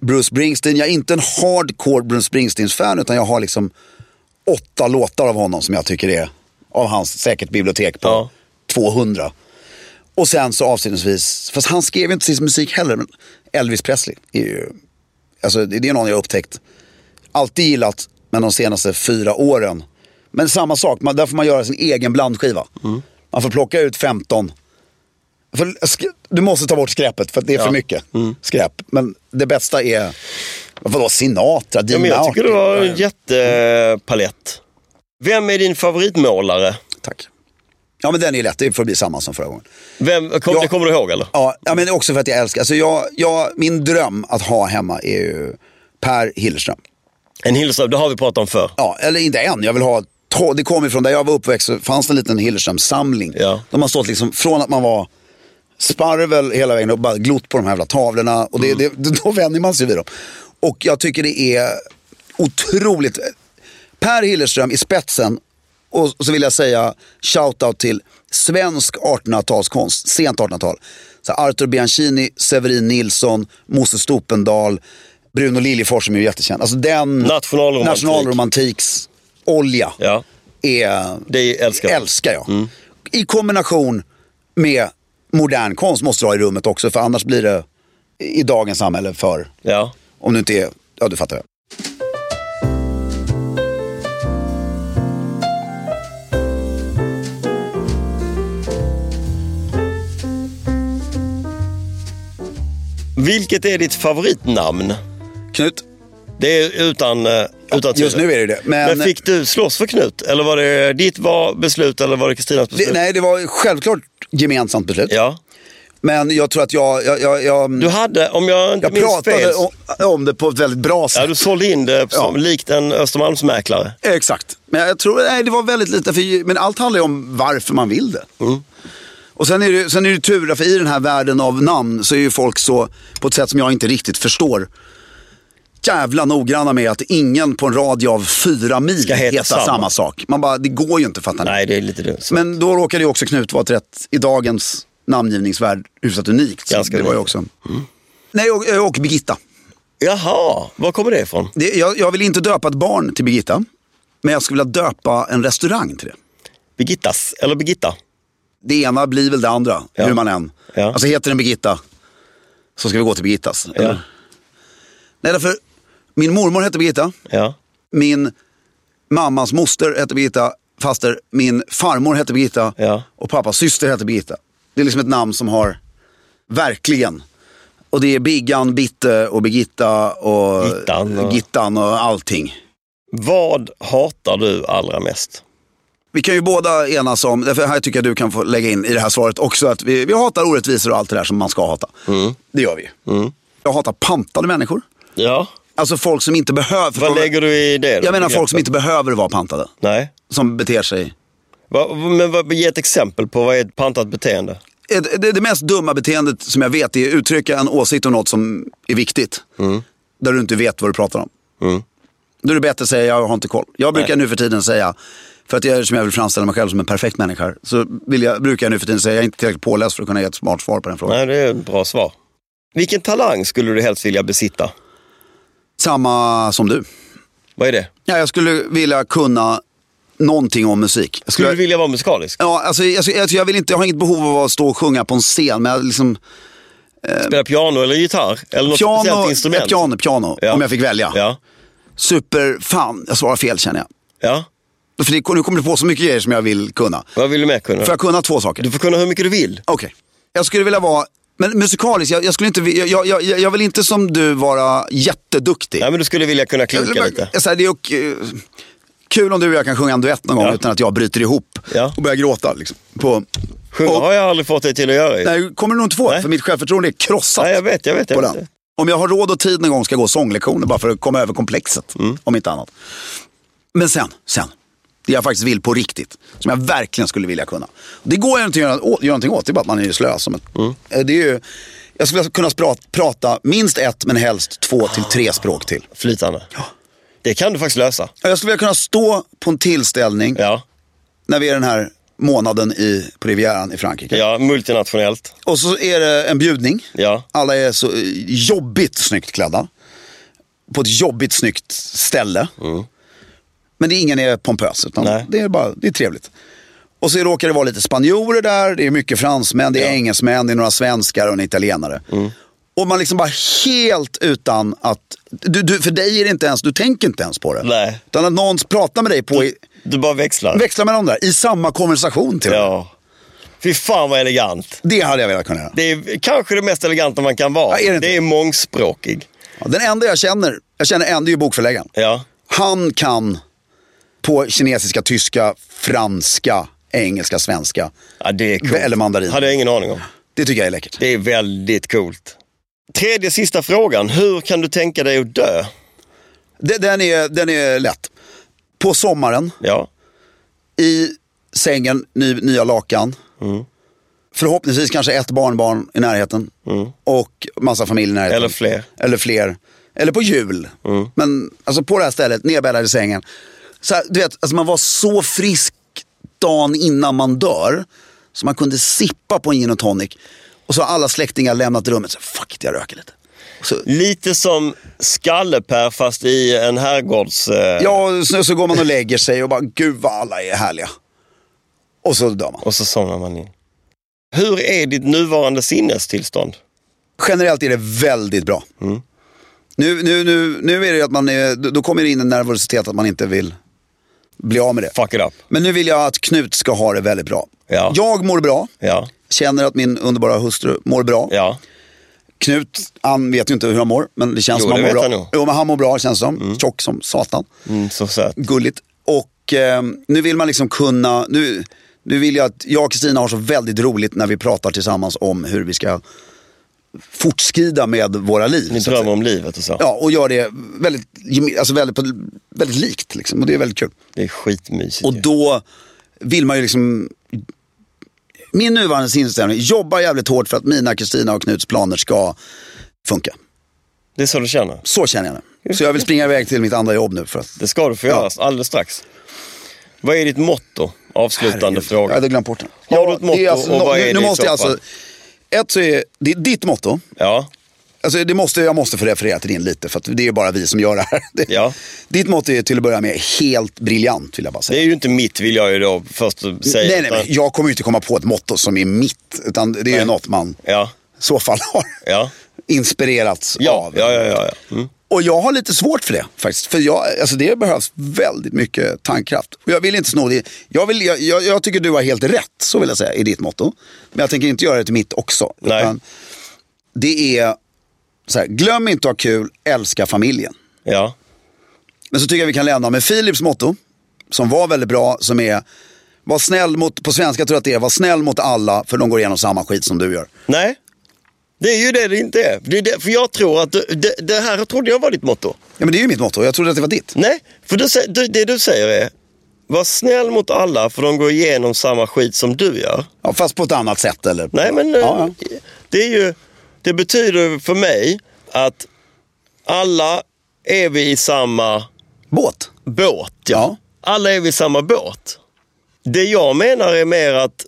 [SPEAKER 1] Bruce Springsteen, jag är inte en hardcore Bruce Springsteen-fan utan jag har liksom åtta låtar av honom som jag tycker är av hans säkert bibliotek på
[SPEAKER 2] Ja.
[SPEAKER 1] 200. Och sen så avslutningsvis, fast han skrev ju inte precis musik heller, men Elvis Presley är ju, alltså det det är någon jag har upptäckt alltid gillat, men de senaste fyra åren. Men samma sak, man, där får man göra sin egen blandskiva.
[SPEAKER 2] Mm.
[SPEAKER 1] Man får plocka ut 15. För, sk- du måste ta bort skräpet för att det är för mycket
[SPEAKER 2] Mm.
[SPEAKER 1] skräp. Men det bästa är, vadå Sinatra,
[SPEAKER 2] Ja,
[SPEAKER 1] Dean
[SPEAKER 2] men jag
[SPEAKER 1] Martin.
[SPEAKER 2] tycker det var en jättepalett. Vem är din favoritmålare?
[SPEAKER 1] Tack. Ja men den är ju lätt, det får bli samma som förra gången.
[SPEAKER 2] Vem, kom,
[SPEAKER 1] Ja.
[SPEAKER 2] Det kommer du ihåg eller?
[SPEAKER 1] Ja, ja men också för att jag älskar, alltså jag, jag, min dröm att ha hemma är ju Per Hillerström.
[SPEAKER 2] En Hillström, det har vi pratat om förr.
[SPEAKER 1] Ja, eller inte än. Jag vill ha, to- det kom ju från där jag var uppväxt så fanns det en liten Hillerström-samling.
[SPEAKER 2] Ja.
[SPEAKER 1] De har stått liksom från att man var sparvel hela vägen och bara glott på de här jävla tavlorna. Och det,
[SPEAKER 2] Mm.
[SPEAKER 1] det, [LAUGHS] då vänjer man sig vid dem. Och jag tycker det är otroligt. Per Hillerström i spetsen och så vill jag säga shoutout till svensk 1800-talskonst, sent 1800-tal. Så Arthur Bianchini, Severin Nilsson, Mose Stopendal, Bruno Liljefors som är ju jättekänd. Alltså den
[SPEAKER 2] Nationalromantik.
[SPEAKER 1] nationalromantiks olja
[SPEAKER 2] Ja,
[SPEAKER 1] är,
[SPEAKER 2] det älskar jag. Mm.
[SPEAKER 1] älskar jag. I kombination med modern konst måste du ha i rummet också för annars blir det i dagens samhälle för,
[SPEAKER 2] Ja.
[SPEAKER 1] om du inte är, ja du fattar.
[SPEAKER 2] Vilket är ditt favoritnamn?
[SPEAKER 1] Knut,
[SPEAKER 2] Det är utan, eh, utan
[SPEAKER 1] just
[SPEAKER 2] tvivel.
[SPEAKER 1] nu är det det. Men-
[SPEAKER 2] Men fick du slåss för Knut? Eller var det ditt var beslut eller var det Kristinas beslut?
[SPEAKER 1] det, nej det var självklart gemensamt beslut.
[SPEAKER 2] Ja.
[SPEAKER 1] Men jag tror att jag, jag, jag, jag,
[SPEAKER 2] Du hade, om jag inte
[SPEAKER 1] jag
[SPEAKER 2] minns fel,
[SPEAKER 1] pratade om, om det på ett väldigt bra sätt.
[SPEAKER 2] ja, du sålde in det som, likt en Östermalmsmäklare.
[SPEAKER 1] Exakt. Men jag tror, nej det var väldigt lite, för, men allt handlar ju om varför man vill det.
[SPEAKER 2] Mm.
[SPEAKER 1] Och sen är, det, sen är det tur, för i den här världen av namn så är ju folk så, på ett sätt som jag inte riktigt förstår, jävla noggranna med att ingen på en radie av fyra mil
[SPEAKER 2] Ska heta
[SPEAKER 1] heter samma.
[SPEAKER 2] samma
[SPEAKER 1] sak. Man bara, det går ju inte fattar ni.
[SPEAKER 2] Nej, det är lite dumt.
[SPEAKER 1] Men då råkade ju också Knut vara ett rätt, i dagens namngivningsvärld, hyfsat unikt. Så
[SPEAKER 2] Ganska
[SPEAKER 1] det var ju
[SPEAKER 2] unikt. Mm.
[SPEAKER 1] också. Nej, och, och Birgitta.
[SPEAKER 2] Jaha, var kommer det ifrån?
[SPEAKER 1] Det, jag, jag vill inte döpa ett barn till Birgitta, men jag skulle vilja döpa en restaurang till det.
[SPEAKER 2] Birgittas, eller Birgitta?
[SPEAKER 1] det ena blir väl det andra,
[SPEAKER 2] Ja.
[SPEAKER 1] hur man än.
[SPEAKER 2] Ja.
[SPEAKER 1] Alltså heter den Birgitta, så ska vi gå till Birgittas.
[SPEAKER 2] Ja.
[SPEAKER 1] eller? Nej, därför, min mormor hette Birgitta,
[SPEAKER 2] Ja.
[SPEAKER 1] min mammas moster hette Birgitta, faster, min farmor hette Birgitta
[SPEAKER 2] Ja.
[SPEAKER 1] och pappas syster hette Birgitta. Det är liksom ett namn som har, verkligen. Och det är Biggan, Bitte och Birgitta och
[SPEAKER 2] Gittan och-
[SPEAKER 1] Gittan och allting.
[SPEAKER 2] Vad hatar du allra mest?
[SPEAKER 1] Vi kan ju båda enas om, därför här tycker jag du kan få lägga in i det här svaret också, att vi, vi hatar orättvisor och allt det där som man ska hata.
[SPEAKER 2] Mm.
[SPEAKER 1] Det gör vi ju. Jag hatar pantade människor.
[SPEAKER 2] Ja.
[SPEAKER 1] Alltså folk som inte behöver...
[SPEAKER 2] Vad lägger du i det? då?
[SPEAKER 1] jag menar folk som
[SPEAKER 2] Begreppet?
[SPEAKER 1] inte behöver vara pantade.
[SPEAKER 2] Nej.
[SPEAKER 1] Som beter sig...
[SPEAKER 2] Va, men vad, ge ett exempel på vad är ett pantat beteende?
[SPEAKER 1] Det, det, det mest dumma beteendet som jag vet är att uttrycka en åsikt om något som är viktigt.
[SPEAKER 2] Mm.
[SPEAKER 1] Där du inte vet vad du pratar om. Då är det bättre att säga jag har inte koll. Jag brukar nu för tiden säga, för att jag, som jag vill framställa mig själv som en perfekt människa, så vill jag, brukar jag nu för tiden säga jag är inte tillräckligt påläst för att kunna ge ett smart svar på den frågan.
[SPEAKER 2] Nej, det är ett bra svar. Vilken talang skulle du helst vilja besitta?
[SPEAKER 1] Samma som du.
[SPEAKER 2] Vad är det?
[SPEAKER 1] Ja, jag skulle vilja kunna någonting om musik. Jag
[SPEAKER 2] Skulle du
[SPEAKER 1] skulle,
[SPEAKER 2] vilja vara musikalisk?
[SPEAKER 1] ja, alltså, jag, jag, jag, vill inte, jag har inget behov av att stå och sjunga på en scen, men jag liksom,
[SPEAKER 2] Spela piano eller gitarr? Eller något speciellt
[SPEAKER 1] Eh, piano,
[SPEAKER 2] instrument?
[SPEAKER 1] ja, piano, piano
[SPEAKER 2] Ja.
[SPEAKER 1] om jag fick välja.
[SPEAKER 2] Ja.
[SPEAKER 1] Super, fan, jag svarar fel känner jag.
[SPEAKER 2] ja.
[SPEAKER 1] För det, nu kommer du på så mycket grejer som jag vill kunna.
[SPEAKER 2] Vad vill du mer kunna?
[SPEAKER 1] Får jag kunna två saker?
[SPEAKER 2] Du får kunna hur mycket du vill.
[SPEAKER 1] Okej. Jag skulle vilja vara, men musikaliskt, jag, jag, skulle inte, vi- jag, jag, jag, jag vill inte som du vara jätteduktig.
[SPEAKER 2] Nej, men du skulle vilja kunna
[SPEAKER 1] Eh,
[SPEAKER 2] klunka lite.
[SPEAKER 1] Jag, så här, det är ju, eh, kul om du och jag kan sjunga en duett någon gång
[SPEAKER 2] Ja.
[SPEAKER 1] utan att jag bryter ihop
[SPEAKER 2] Ja.
[SPEAKER 1] och börjar gråta. Liksom, på,
[SPEAKER 2] Sjunga har jag aldrig fått dig till att göra. ju.
[SPEAKER 1] Nej, kommer du nog inte få. För mitt självförtroende är krossat.
[SPEAKER 2] Nej, jag vet, jag vet. Jag
[SPEAKER 1] på
[SPEAKER 2] vet.
[SPEAKER 1] den. Om jag har råd och tid någon gång ska jag gå sånglektioner bara för att komma över komplexet. Om inte annat. Men sen, sen. Det jag faktiskt vill på riktigt. Som jag verkligen skulle vilja kunna. Det går ju inte att göra, å, göra någonting åt. Det är bara att man är ju slö. Som ett, Eh, det är ju, jag skulle kunna spra- prata minst ett men helst två till tre språk till.
[SPEAKER 2] Flytande. Det kan du faktiskt lösa.
[SPEAKER 1] Jag skulle vilja kunna stå på en tillställning
[SPEAKER 2] Ja,
[SPEAKER 1] när vi är den här månaden i, på Rivieran i Frankrike.
[SPEAKER 2] ja multinationellt.
[SPEAKER 1] Och så är det en bjudning.
[SPEAKER 2] Ja.
[SPEAKER 1] Alla är så eh, jobbigt snyggt klädda. På ett jobbigt snyggt ställe. Men det är ingen är pompös, utan
[SPEAKER 2] Mm. Nej.
[SPEAKER 1] det är, bara, det är trevligt. Och så råkar det vara lite spanjorer där, det är mycket fransmän, det är engelsmän, det är några svenskar och en italienare.
[SPEAKER 2] Mm.
[SPEAKER 1] Och man liksom bara helt utan att, du, du, för dig är det inte ens, du tänker inte ens på det.
[SPEAKER 2] Nej.
[SPEAKER 1] Utan att någon pratar med dig på, i,
[SPEAKER 2] Du bara växlar.
[SPEAKER 1] växlar med någon där, i samma konversation till och med.
[SPEAKER 2] Ja. Fy fan vad elegant.
[SPEAKER 1] Det hade jag velat kunna göra.
[SPEAKER 2] Det är kanske det mest eleganta man kan vara.
[SPEAKER 1] Ja, är det inte?
[SPEAKER 2] det är mångspråkig.
[SPEAKER 1] Ja, Den enda jag känner, jag känner en, det är ju bokförläggaren.
[SPEAKER 2] Ja.
[SPEAKER 1] Han kan på kinesiska, tyska, franska, engelska, svenska.
[SPEAKER 2] ja, det är coolt.
[SPEAKER 1] Eller mandarin.
[SPEAKER 2] Hade jag ingen aning om.
[SPEAKER 1] Det tycker jag är läckert.
[SPEAKER 2] Det är väldigt coolt. Tredje sista frågan. Hur kan du tänka dig att dö?
[SPEAKER 1] De- Den är, den är lätt. På sommaren,
[SPEAKER 2] Ja,
[SPEAKER 1] i sängen, ny, nya lakan.
[SPEAKER 2] Mm.
[SPEAKER 1] Förhoppningsvis kanske ett barnbarn i närheten. Och massa familj i närheten.
[SPEAKER 2] Mm. Eller fler. Mm.
[SPEAKER 1] Eller fler. Eller på jul. Men alltså på det här stället, nedbäddad i sängen. Så här, du vet, alltså man var så frisk dagen innan man dör. Så man kunde sippa på en gin och tonic. Och så har alla släktingar lämnat rummet. Så fuck it, jag röker lite. Så,
[SPEAKER 2] lite som Skalle-Per fast i en herrgårds... eh,
[SPEAKER 1] ja, så, så går man och lägger sig och bara, gud vad alla är härliga. Och så dör man.
[SPEAKER 2] Och så somnar man in. Hur är ditt nuvarande sinnestillstånd?
[SPEAKER 1] generellt är det väldigt bra.
[SPEAKER 2] Mm.
[SPEAKER 1] Nu, nu, nu, nu är det ju att man är, då kommer det in en nervositet att man inte vill bli av med det.
[SPEAKER 2] Fuck it up.
[SPEAKER 1] Men nu vill jag att Knut ska ha det väldigt bra.
[SPEAKER 2] Ja.
[SPEAKER 1] Jag mår bra,
[SPEAKER 2] Ja,
[SPEAKER 1] känner att min underbara hustru mår bra.
[SPEAKER 2] ja.
[SPEAKER 1] Knut, han vet ju inte hur han mår, men det känns
[SPEAKER 2] Jo,
[SPEAKER 1] som han mår
[SPEAKER 2] det vet
[SPEAKER 1] bra.
[SPEAKER 2] han nog.
[SPEAKER 1] Jo, men han mår bra känns det som. Tjock som satan.
[SPEAKER 2] Mm, så söt.
[SPEAKER 1] Gulligt. Och eh, nu vill man liksom kunna, nu, nu vill jag att jag och Kristina har så väldigt roligt när vi pratar tillsammans om hur vi ska fortskrida med våra liv.
[SPEAKER 2] Ni
[SPEAKER 1] så att
[SPEAKER 2] drömmer om livet och så.
[SPEAKER 1] Ja, och gör det väldigt, geme- alltså väldigt, på- väldigt likt. Liksom, och det är väldigt kul.
[SPEAKER 2] Det är skitmysigt.
[SPEAKER 1] Och
[SPEAKER 2] ju.
[SPEAKER 1] då vill man ju liksom... Min nuvarande inställning, jobba jävligt hårt för att mina, Kristina och Knuts planer ska funka.
[SPEAKER 2] Det är så du känner?
[SPEAKER 1] Så känner jag nu. Så jag vill springa iväg till mitt andra jobb nu. För att,
[SPEAKER 2] Det ska du få göra alldeles strax. Vad är ditt motto? Avslutande
[SPEAKER 1] jag
[SPEAKER 2] fråga.
[SPEAKER 1] hade glömt bort den.
[SPEAKER 2] Har du ett
[SPEAKER 1] det är
[SPEAKER 2] motto och
[SPEAKER 1] no-
[SPEAKER 2] vad är
[SPEAKER 1] nu,
[SPEAKER 2] det
[SPEAKER 1] nu
[SPEAKER 2] i
[SPEAKER 1] måste jag
[SPEAKER 2] så
[SPEAKER 1] alltså, Ett så är, det är ditt motto.
[SPEAKER 2] Ja,
[SPEAKER 1] Alltså det måste, jag måste få referera till din lite, för att det är bara vi som gör det här. [LAUGHS] Det,
[SPEAKER 2] Ja.
[SPEAKER 1] Ditt motto är till att börja med helt briljant, vill jag bara säga.
[SPEAKER 2] det är ju inte mitt vill jag ju då först säga.
[SPEAKER 1] Nej, nej,
[SPEAKER 2] utan-
[SPEAKER 1] men jag kommer ju inte komma på ett motto som är mitt. Utan det är ju något man
[SPEAKER 2] Ja,
[SPEAKER 1] i så fall har
[SPEAKER 2] ja,
[SPEAKER 1] inspirerats
[SPEAKER 2] ja,
[SPEAKER 1] av.
[SPEAKER 2] ja, ja, ja, ja. Mm.
[SPEAKER 1] Och jag har lite svårt för det faktiskt. För jag, alltså det behövs väldigt mycket tankkraft. Och jag vill inte sno det. Jag, vill, jag, jag, jag tycker du har helt rätt, så vill jag säga, i ditt motto. Men jag tänker inte göra det till mitt också.
[SPEAKER 2] Nej.
[SPEAKER 1] det är så här, glöm inte att ha kul, älska familjen.
[SPEAKER 2] ja.
[SPEAKER 1] Men så tycker jag vi kan lämna med Philips motto, som var väldigt bra, som är var snäll mot, på svenska tror jag att det är, var snäll mot alla för de går igenom samma skit som du gör.
[SPEAKER 2] Nej, det är ju det det inte är. Det är det, för jag tror att du, det, det här trodde jag var ditt motto.
[SPEAKER 1] Ja men det är ju mitt motto, jag trodde att det var ditt.
[SPEAKER 2] Nej, för du, sä- du, det du säger är var snäll mot alla för de går igenom samma skit som du gör.
[SPEAKER 1] Ja, fast på ett annat sätt eller?
[SPEAKER 2] Nej, men eh,
[SPEAKER 1] Ja, ja.
[SPEAKER 2] det är ju, det betyder för mig att alla är vi i samma
[SPEAKER 1] Båt?
[SPEAKER 2] båt.
[SPEAKER 1] Ja.
[SPEAKER 2] Alla är vi i samma båt. Det jag menar är mer att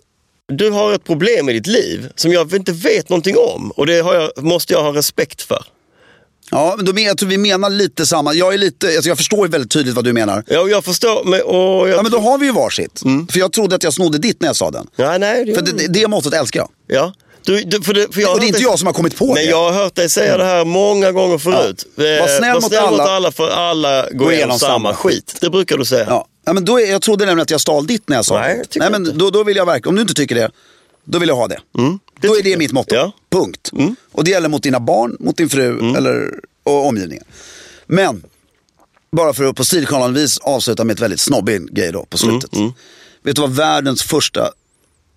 [SPEAKER 2] du har ett problem i ditt liv som jag inte vet någonting om och det har jag, måste jag ha respekt för.
[SPEAKER 1] Ja, men då men, jag tror vi menar lite samma. Jag, är lite, alltså jag förstår ju väldigt tydligt vad du menar.
[SPEAKER 2] Ja, och jag förstår. Men, och jag,
[SPEAKER 1] Ja men då har vi ju varsitt.
[SPEAKER 2] Mm.
[SPEAKER 1] För jag trodde att jag snodde ditt när jag sa den.
[SPEAKER 2] nej, nej, det,
[SPEAKER 1] För det, det, det mottot älskar jag.
[SPEAKER 2] ja. du, du, för det, för jag har
[SPEAKER 1] Och det är
[SPEAKER 2] hört
[SPEAKER 1] inte
[SPEAKER 2] dig-
[SPEAKER 1] jag som har kommit på
[SPEAKER 2] Men
[SPEAKER 1] det.
[SPEAKER 2] jag har hört dig säga det här många gånger förut.
[SPEAKER 1] Mm. Ja.
[SPEAKER 2] Eh,
[SPEAKER 1] Var snäll mot alla.
[SPEAKER 2] för alla går igenom samma skit. Det brukar du säga.
[SPEAKER 1] Ja. ja, men då är, jag trodde nämligen att jag stal ditt när jag sa
[SPEAKER 2] Nej,
[SPEAKER 1] det.
[SPEAKER 2] jag tycker
[SPEAKER 1] Nej, men
[SPEAKER 2] inte. Mm,
[SPEAKER 1] då, då vill jag verkligen, om du inte tycker det, då vill jag ha det. då är det mitt motto.
[SPEAKER 2] Ja. Mm.
[SPEAKER 1] Punkt. Och det gäller mot dina barn, mot din fru eller, och omgivningen. Men, bara för att på stilkanalvis avsluta med ett
[SPEAKER 2] Mm,
[SPEAKER 1] väldigt snobbig grej då på slutet. Vet du vad världens första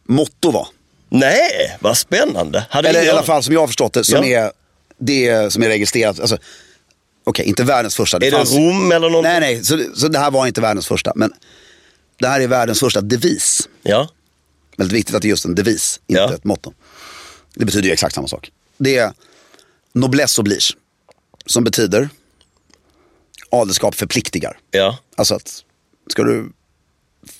[SPEAKER 1] motto var?
[SPEAKER 2] Nej, vad spännande. Hade
[SPEAKER 1] Eller i
[SPEAKER 2] ingen
[SPEAKER 1] alla
[SPEAKER 2] aning.
[SPEAKER 1] fall som jag har förstått det, som,
[SPEAKER 2] Ja.
[SPEAKER 1] är, det som är registrerat. Alltså, Okej, inte världens första.
[SPEAKER 2] Är det
[SPEAKER 1] fanns-
[SPEAKER 2] Rom eller någonting?
[SPEAKER 1] Nej, nej, så, så det här var inte världens första. Men det här är världens första devis.
[SPEAKER 2] Ja.
[SPEAKER 1] Väldigt viktigt att det är just en devis, inte
[SPEAKER 2] Ja.
[SPEAKER 1] ett motto. Det betyder ju exakt samma sak. Det är noblesse oblige, som betyder adelskap förpliktigar.
[SPEAKER 2] Ja.
[SPEAKER 1] Alltså att, ska du,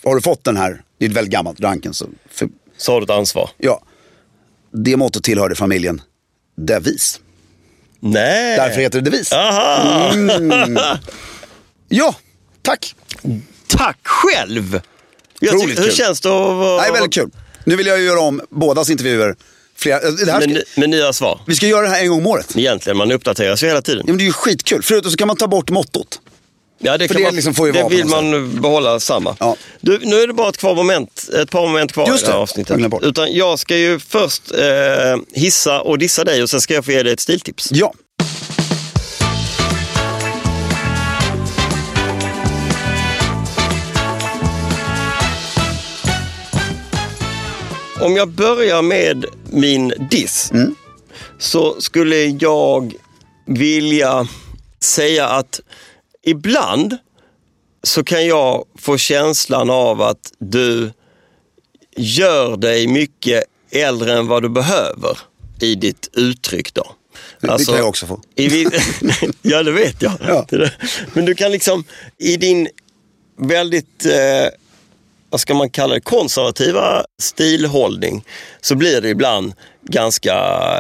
[SPEAKER 1] har du fått den här, det är ett väldigt gammalt, ranken, så för,
[SPEAKER 2] Så har du ett ansvar.
[SPEAKER 1] ja. Det mottot tillhörde familjen Devis.
[SPEAKER 2] Nej.
[SPEAKER 1] Därför heter det Devis.
[SPEAKER 2] Eh.
[SPEAKER 1] Mm.
[SPEAKER 2] Aha. [LAUGHS]
[SPEAKER 1] Ja, tack.
[SPEAKER 2] Tack själv! Jag
[SPEAKER 1] Otroligt
[SPEAKER 2] tycker, hur
[SPEAKER 1] kul.
[SPEAKER 2] känns det att vara...
[SPEAKER 1] Nej, väldigt kul. Nu vill jag ju göra om bådas intervjuer. Flera, det här ska,
[SPEAKER 2] Med, med nya svar.
[SPEAKER 1] vi ska göra det här en gång om året. Ja,
[SPEAKER 2] Egentligen, man uppdateras ju hela tiden.
[SPEAKER 1] men det är ju skitkul. Förutom så kan man ta bort mottot.
[SPEAKER 2] Ja, det
[SPEAKER 1] För
[SPEAKER 2] kan
[SPEAKER 1] det
[SPEAKER 2] man,
[SPEAKER 1] liksom får ju
[SPEAKER 2] det
[SPEAKER 1] vara på
[SPEAKER 2] vill
[SPEAKER 1] något
[SPEAKER 2] man behålla samma.
[SPEAKER 1] Ja.
[SPEAKER 2] Du, nu är det bara ett, kvar moment, ett par moment kvar
[SPEAKER 1] Just
[SPEAKER 2] i det här
[SPEAKER 1] det, jag
[SPEAKER 2] avsnittet.
[SPEAKER 1] glömde bort.
[SPEAKER 2] Utan jag ska ju först eh, hissa och dissa dig och sen ska jag få ge dig ett stiltips.
[SPEAKER 1] Ja,
[SPEAKER 2] Om jag börjar med min diss
[SPEAKER 1] Mm.
[SPEAKER 2] så skulle jag vilja säga att ibland så kan jag få känslan av att du gör dig mycket äldre än vad du behöver i ditt uttryck. Då. Alltså,
[SPEAKER 1] det kan jag också få.
[SPEAKER 2] I vi... [LAUGHS] ja, det vet jag.
[SPEAKER 1] Ja.
[SPEAKER 2] Men du kan liksom i din väldigt, eh, vad ska man kalla det, konservativa stilhållning så blir det ibland ganska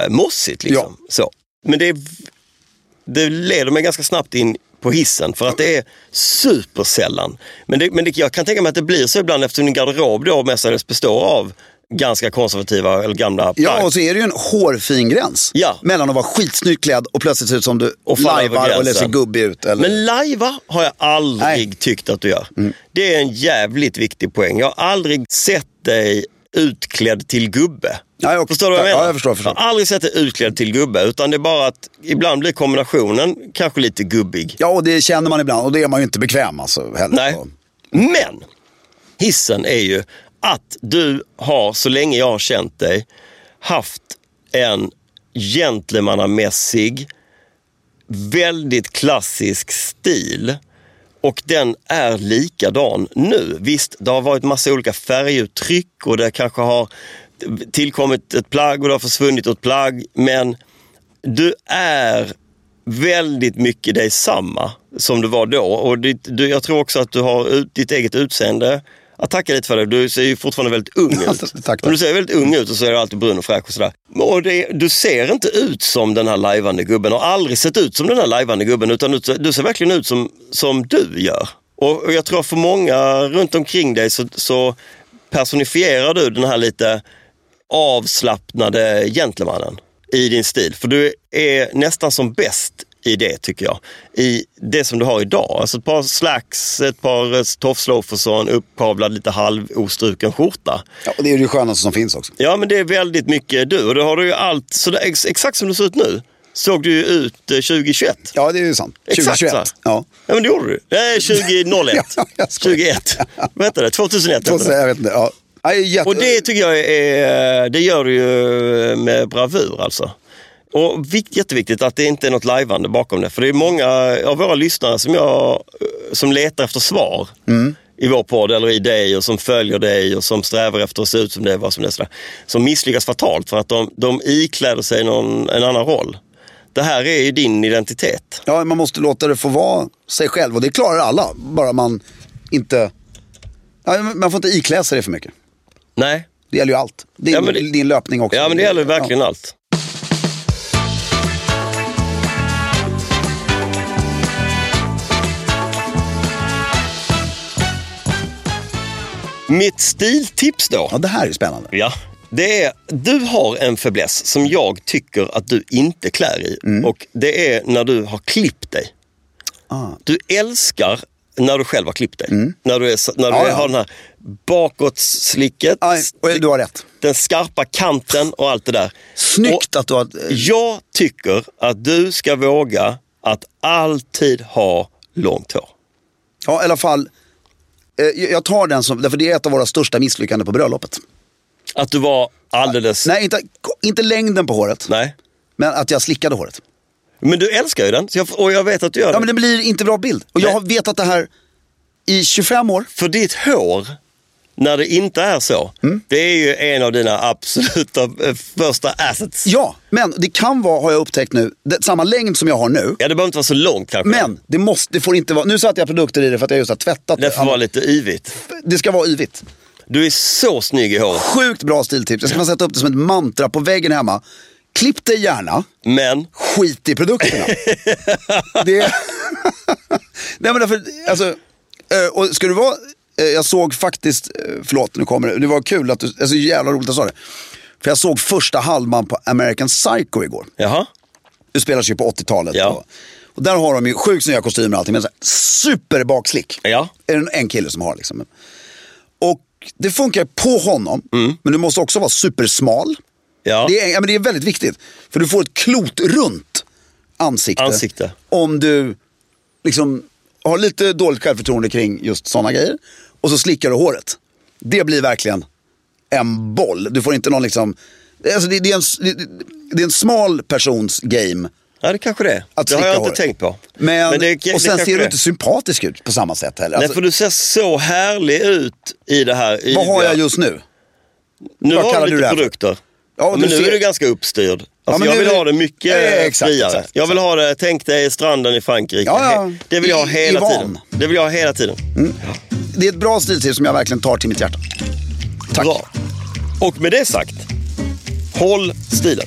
[SPEAKER 2] mossigt. Liksom. Så. Men det, det leder mig ganska snabbt in på hissen för att det är supersällan. Men, det, men det, jag kan tänka mig att det blir så ibland eftersom din garderob då mestadels består av ganska konservativa eller gamla
[SPEAKER 1] ja
[SPEAKER 2] plagg.
[SPEAKER 1] och så är det ju en hårfin gräns.
[SPEAKER 2] Ja.
[SPEAKER 1] Mellan att vara skitsnyggt klädd och plötsligt se ut som du
[SPEAKER 2] Och falla över
[SPEAKER 1] lajvar och eller ser
[SPEAKER 2] gränsen.
[SPEAKER 1] gubbig ut. Eller...
[SPEAKER 2] Men lajva har jag aldrig
[SPEAKER 1] Nej. Mm.
[SPEAKER 2] tyckt att du gör. Det är en jävligt viktig poäng. Jag har aldrig sett dig utklädd till gubbe.
[SPEAKER 1] Nej, okej.
[SPEAKER 2] Förstår du vad jag
[SPEAKER 1] Ja,
[SPEAKER 2] menar?
[SPEAKER 1] jag förstår, förstår.
[SPEAKER 2] har aldrig sett dig utklädd till gubbe, utan det är bara att ibland blir kombinationen kanske lite gubbig.
[SPEAKER 1] Ja, och det känner man ibland och det är man ju inte bekväm alltså, heller.
[SPEAKER 2] Nej.
[SPEAKER 1] Och-
[SPEAKER 2] Men hissen är ju att du har, så länge jag har känt dig, haft en gentlemannamässig, väldigt klassisk stil. Och den är likadan nu. Visst, det har varit massa olika färguttryck och det kanske har tillkommit ett plagg och det har försvunnit ett plagg. Men du är väldigt mycket dig samma som du var då. Och ditt, du, jag tror också att du har ut, ditt eget utseende. Jag tackar lite för det. Du ser ju fortfarande väldigt ung ut.
[SPEAKER 1] Tack, tack.
[SPEAKER 2] Och Du ser väldigt ung ut och så är du alltid brun och fräsch och sådär. Och det, du ser inte ut som den här lajvande gubben. Har aldrig sett ut som den här lajvande gubben. Utan du, du ser verkligen ut som, som du gör. Och, och jag tror för många runt omkring dig så, så personifierar du den här lite avslappnade gentlemannen i din stil. För du är nästan som bäst i det tycker jag. I det som du har idag. Alltså ett par slacks, ett par eh, tofsloafers och en uppkavlad lite halvostruken skjorta.
[SPEAKER 1] Ja, och det är ju det skönaste som finns också.
[SPEAKER 2] Ja, men det är väldigt mycket du. Och det har du ju allt, så det, ex, exakt som du ser ut nu, såg du ju ut eh, 2021.
[SPEAKER 1] Ja, det är ju sant.
[SPEAKER 2] Exakt
[SPEAKER 1] 2021.
[SPEAKER 2] så.
[SPEAKER 1] Ja.
[SPEAKER 2] ja, men det gjorde du. Eh, Nej, 2001.
[SPEAKER 1] [LAUGHS] Ja, jag skojar.
[SPEAKER 2] 2001. Vad hette det? 2001 hette
[SPEAKER 1] Trots,
[SPEAKER 2] det.
[SPEAKER 1] jag vet inte. Ja. Ja, jag är jätte...
[SPEAKER 2] Och det tycker jag är, det gör du ju med bravur alltså. Och vikt, jätteviktigt att det inte är något lajvande bakom det. För det är många av våra lyssnare som, jag, som letar efter svar i vår podd eller i dig och som följer dig och som strävar efter att se ut som det är, vad som det är. sådär. Som misslyckas fatalt för att de, de ikläder sig någon, en annan roll. Det här är ju din identitet.
[SPEAKER 1] Ja, man måste låta det få vara sig själv och det klarar alla. Bara man inte... Ja, men Man får inte iklä sig det för mycket.
[SPEAKER 2] Nej,
[SPEAKER 1] Det gäller ju allt. Din,
[SPEAKER 2] Ja, men det-
[SPEAKER 1] din löpning också.
[SPEAKER 2] Ja, men det gäller verkligen allt. Mitt stiltips då?
[SPEAKER 1] Ja, det här är ju spännande.
[SPEAKER 2] Ja. Det är, du har en fäbless som jag tycker att du inte klär i.
[SPEAKER 1] Mm.
[SPEAKER 2] Och det är när du har klippt dig.
[SPEAKER 1] Ah.
[SPEAKER 2] Du älskar när du själv har klippt dig. När du, är, så- när du
[SPEAKER 1] Mm. Ja, ja.
[SPEAKER 2] har den här bakåtslicket,
[SPEAKER 1] Aj, och du har rätt.
[SPEAKER 2] den skarpa kanten och allt det där.
[SPEAKER 1] Snyggt att du har...
[SPEAKER 2] Jag tycker att du ska våga att alltid ha långt hår.
[SPEAKER 1] Ja, i alla fall. eh, Jag jag tar den som... Därför det är ett av våra största misslyckanden på bröllopet.
[SPEAKER 2] Att du var alldeles...
[SPEAKER 1] Nej, inte, inte längden på håret.
[SPEAKER 2] Nej.
[SPEAKER 1] Men att jag slickade håret.
[SPEAKER 2] Men du älskar ju den, så jag, och jag vet att du gör
[SPEAKER 1] Ja
[SPEAKER 2] det.
[SPEAKER 1] men det blir inte bra bild. Och jag
[SPEAKER 2] Nej.
[SPEAKER 1] har vetat det här i 25 år.
[SPEAKER 2] För ditt hår, när det inte är så,
[SPEAKER 1] Mm.
[SPEAKER 2] det är ju en av dina absoluta eh, första assets.
[SPEAKER 1] Ja, men det kan vara, har jag upptäckt nu, det, samma längd som jag har nu.
[SPEAKER 2] Ja, det behöver inte vara så långt kanske.
[SPEAKER 1] Men det, måste, det får inte vara, nu satte jag produkter i det för att jag just har tvättat
[SPEAKER 2] Det får vara lite yvigt.
[SPEAKER 1] det ska vara yvigt.
[SPEAKER 2] Du är så snygg i håret.
[SPEAKER 1] Sjukt bra stiltips. Jag ska fan sätta upp det som ett mantra på väggen hemma. Klipp dig gärna,
[SPEAKER 2] Men,
[SPEAKER 1] skit i
[SPEAKER 2] [LAUGHS]
[SPEAKER 1] produkterna. det... [LAUGHS] Nej men därför, alltså, eh, och ska du vara, eh, jag såg faktiskt, eh, förlåt nu kommer det, det var kul att du, alltså jävla roligt att du sa det. För jag såg första halvan på American Psycho igår.
[SPEAKER 2] jaha.
[SPEAKER 1] Det spelas ju på 80-talet.
[SPEAKER 2] Ja.
[SPEAKER 1] Och, och där har de ju sjukt snygga kostymer och allting, men så här, superbakslick.
[SPEAKER 2] Ja.
[SPEAKER 1] Är det en kille som har liksom. Och det funkar på honom, men du måste också vara supersmal.
[SPEAKER 2] Ja.
[SPEAKER 1] Det, är, ja, men det är väldigt viktigt, för du får ett klotrunt ansikte.
[SPEAKER 2] Ansikte.
[SPEAKER 1] Om du liksom har lite dåligt självförtroende kring just sådana grejer. Och så slickar du håret. Det blir verkligen en boll. Du får inte någon liksom... Alltså det, det, är en, det, det är en smal persons game
[SPEAKER 2] Ja, det kanske det är.
[SPEAKER 1] att
[SPEAKER 2] Det
[SPEAKER 1] slicka
[SPEAKER 2] har jag inte
[SPEAKER 1] håret.
[SPEAKER 2] tänkt på.
[SPEAKER 1] Men,
[SPEAKER 2] det-
[SPEAKER 1] och
[SPEAKER 2] det
[SPEAKER 1] sen
[SPEAKER 2] kanske
[SPEAKER 1] ser
[SPEAKER 2] det
[SPEAKER 1] du
[SPEAKER 2] är.
[SPEAKER 1] inte sympatisk ut på samma sätt heller.
[SPEAKER 2] Nej, för
[SPEAKER 1] Alltså,
[SPEAKER 2] du ser så härlig ut i det här yviga.
[SPEAKER 1] vad har jag just nu?
[SPEAKER 2] Nu
[SPEAKER 1] vad
[SPEAKER 2] har
[SPEAKER 1] kallar
[SPEAKER 2] du
[SPEAKER 1] du
[SPEAKER 2] lite
[SPEAKER 1] det här för?
[SPEAKER 2] produkter.
[SPEAKER 1] Ja,
[SPEAKER 2] men
[SPEAKER 1] du
[SPEAKER 2] nu
[SPEAKER 1] ser-
[SPEAKER 2] är du ganska uppstyrd. Alltså,
[SPEAKER 1] men
[SPEAKER 2] jag
[SPEAKER 1] nu-
[SPEAKER 2] vill ha det mycket
[SPEAKER 1] Ja, ja, exakt,
[SPEAKER 2] friare.
[SPEAKER 1] exakt,
[SPEAKER 2] Jag vill ha det, tänk dig stranden i Frankrike.
[SPEAKER 1] Ja, ja.
[SPEAKER 2] He- Det vill jag ha
[SPEAKER 1] I-
[SPEAKER 2] hela
[SPEAKER 1] i van.
[SPEAKER 2] tiden. Det vill jag ha hela tiden.
[SPEAKER 1] Det är ett bra stiltips som jag verkligen tar till mitt hjärta. Tack.
[SPEAKER 2] Bra. Och med det sagt, håll stilen.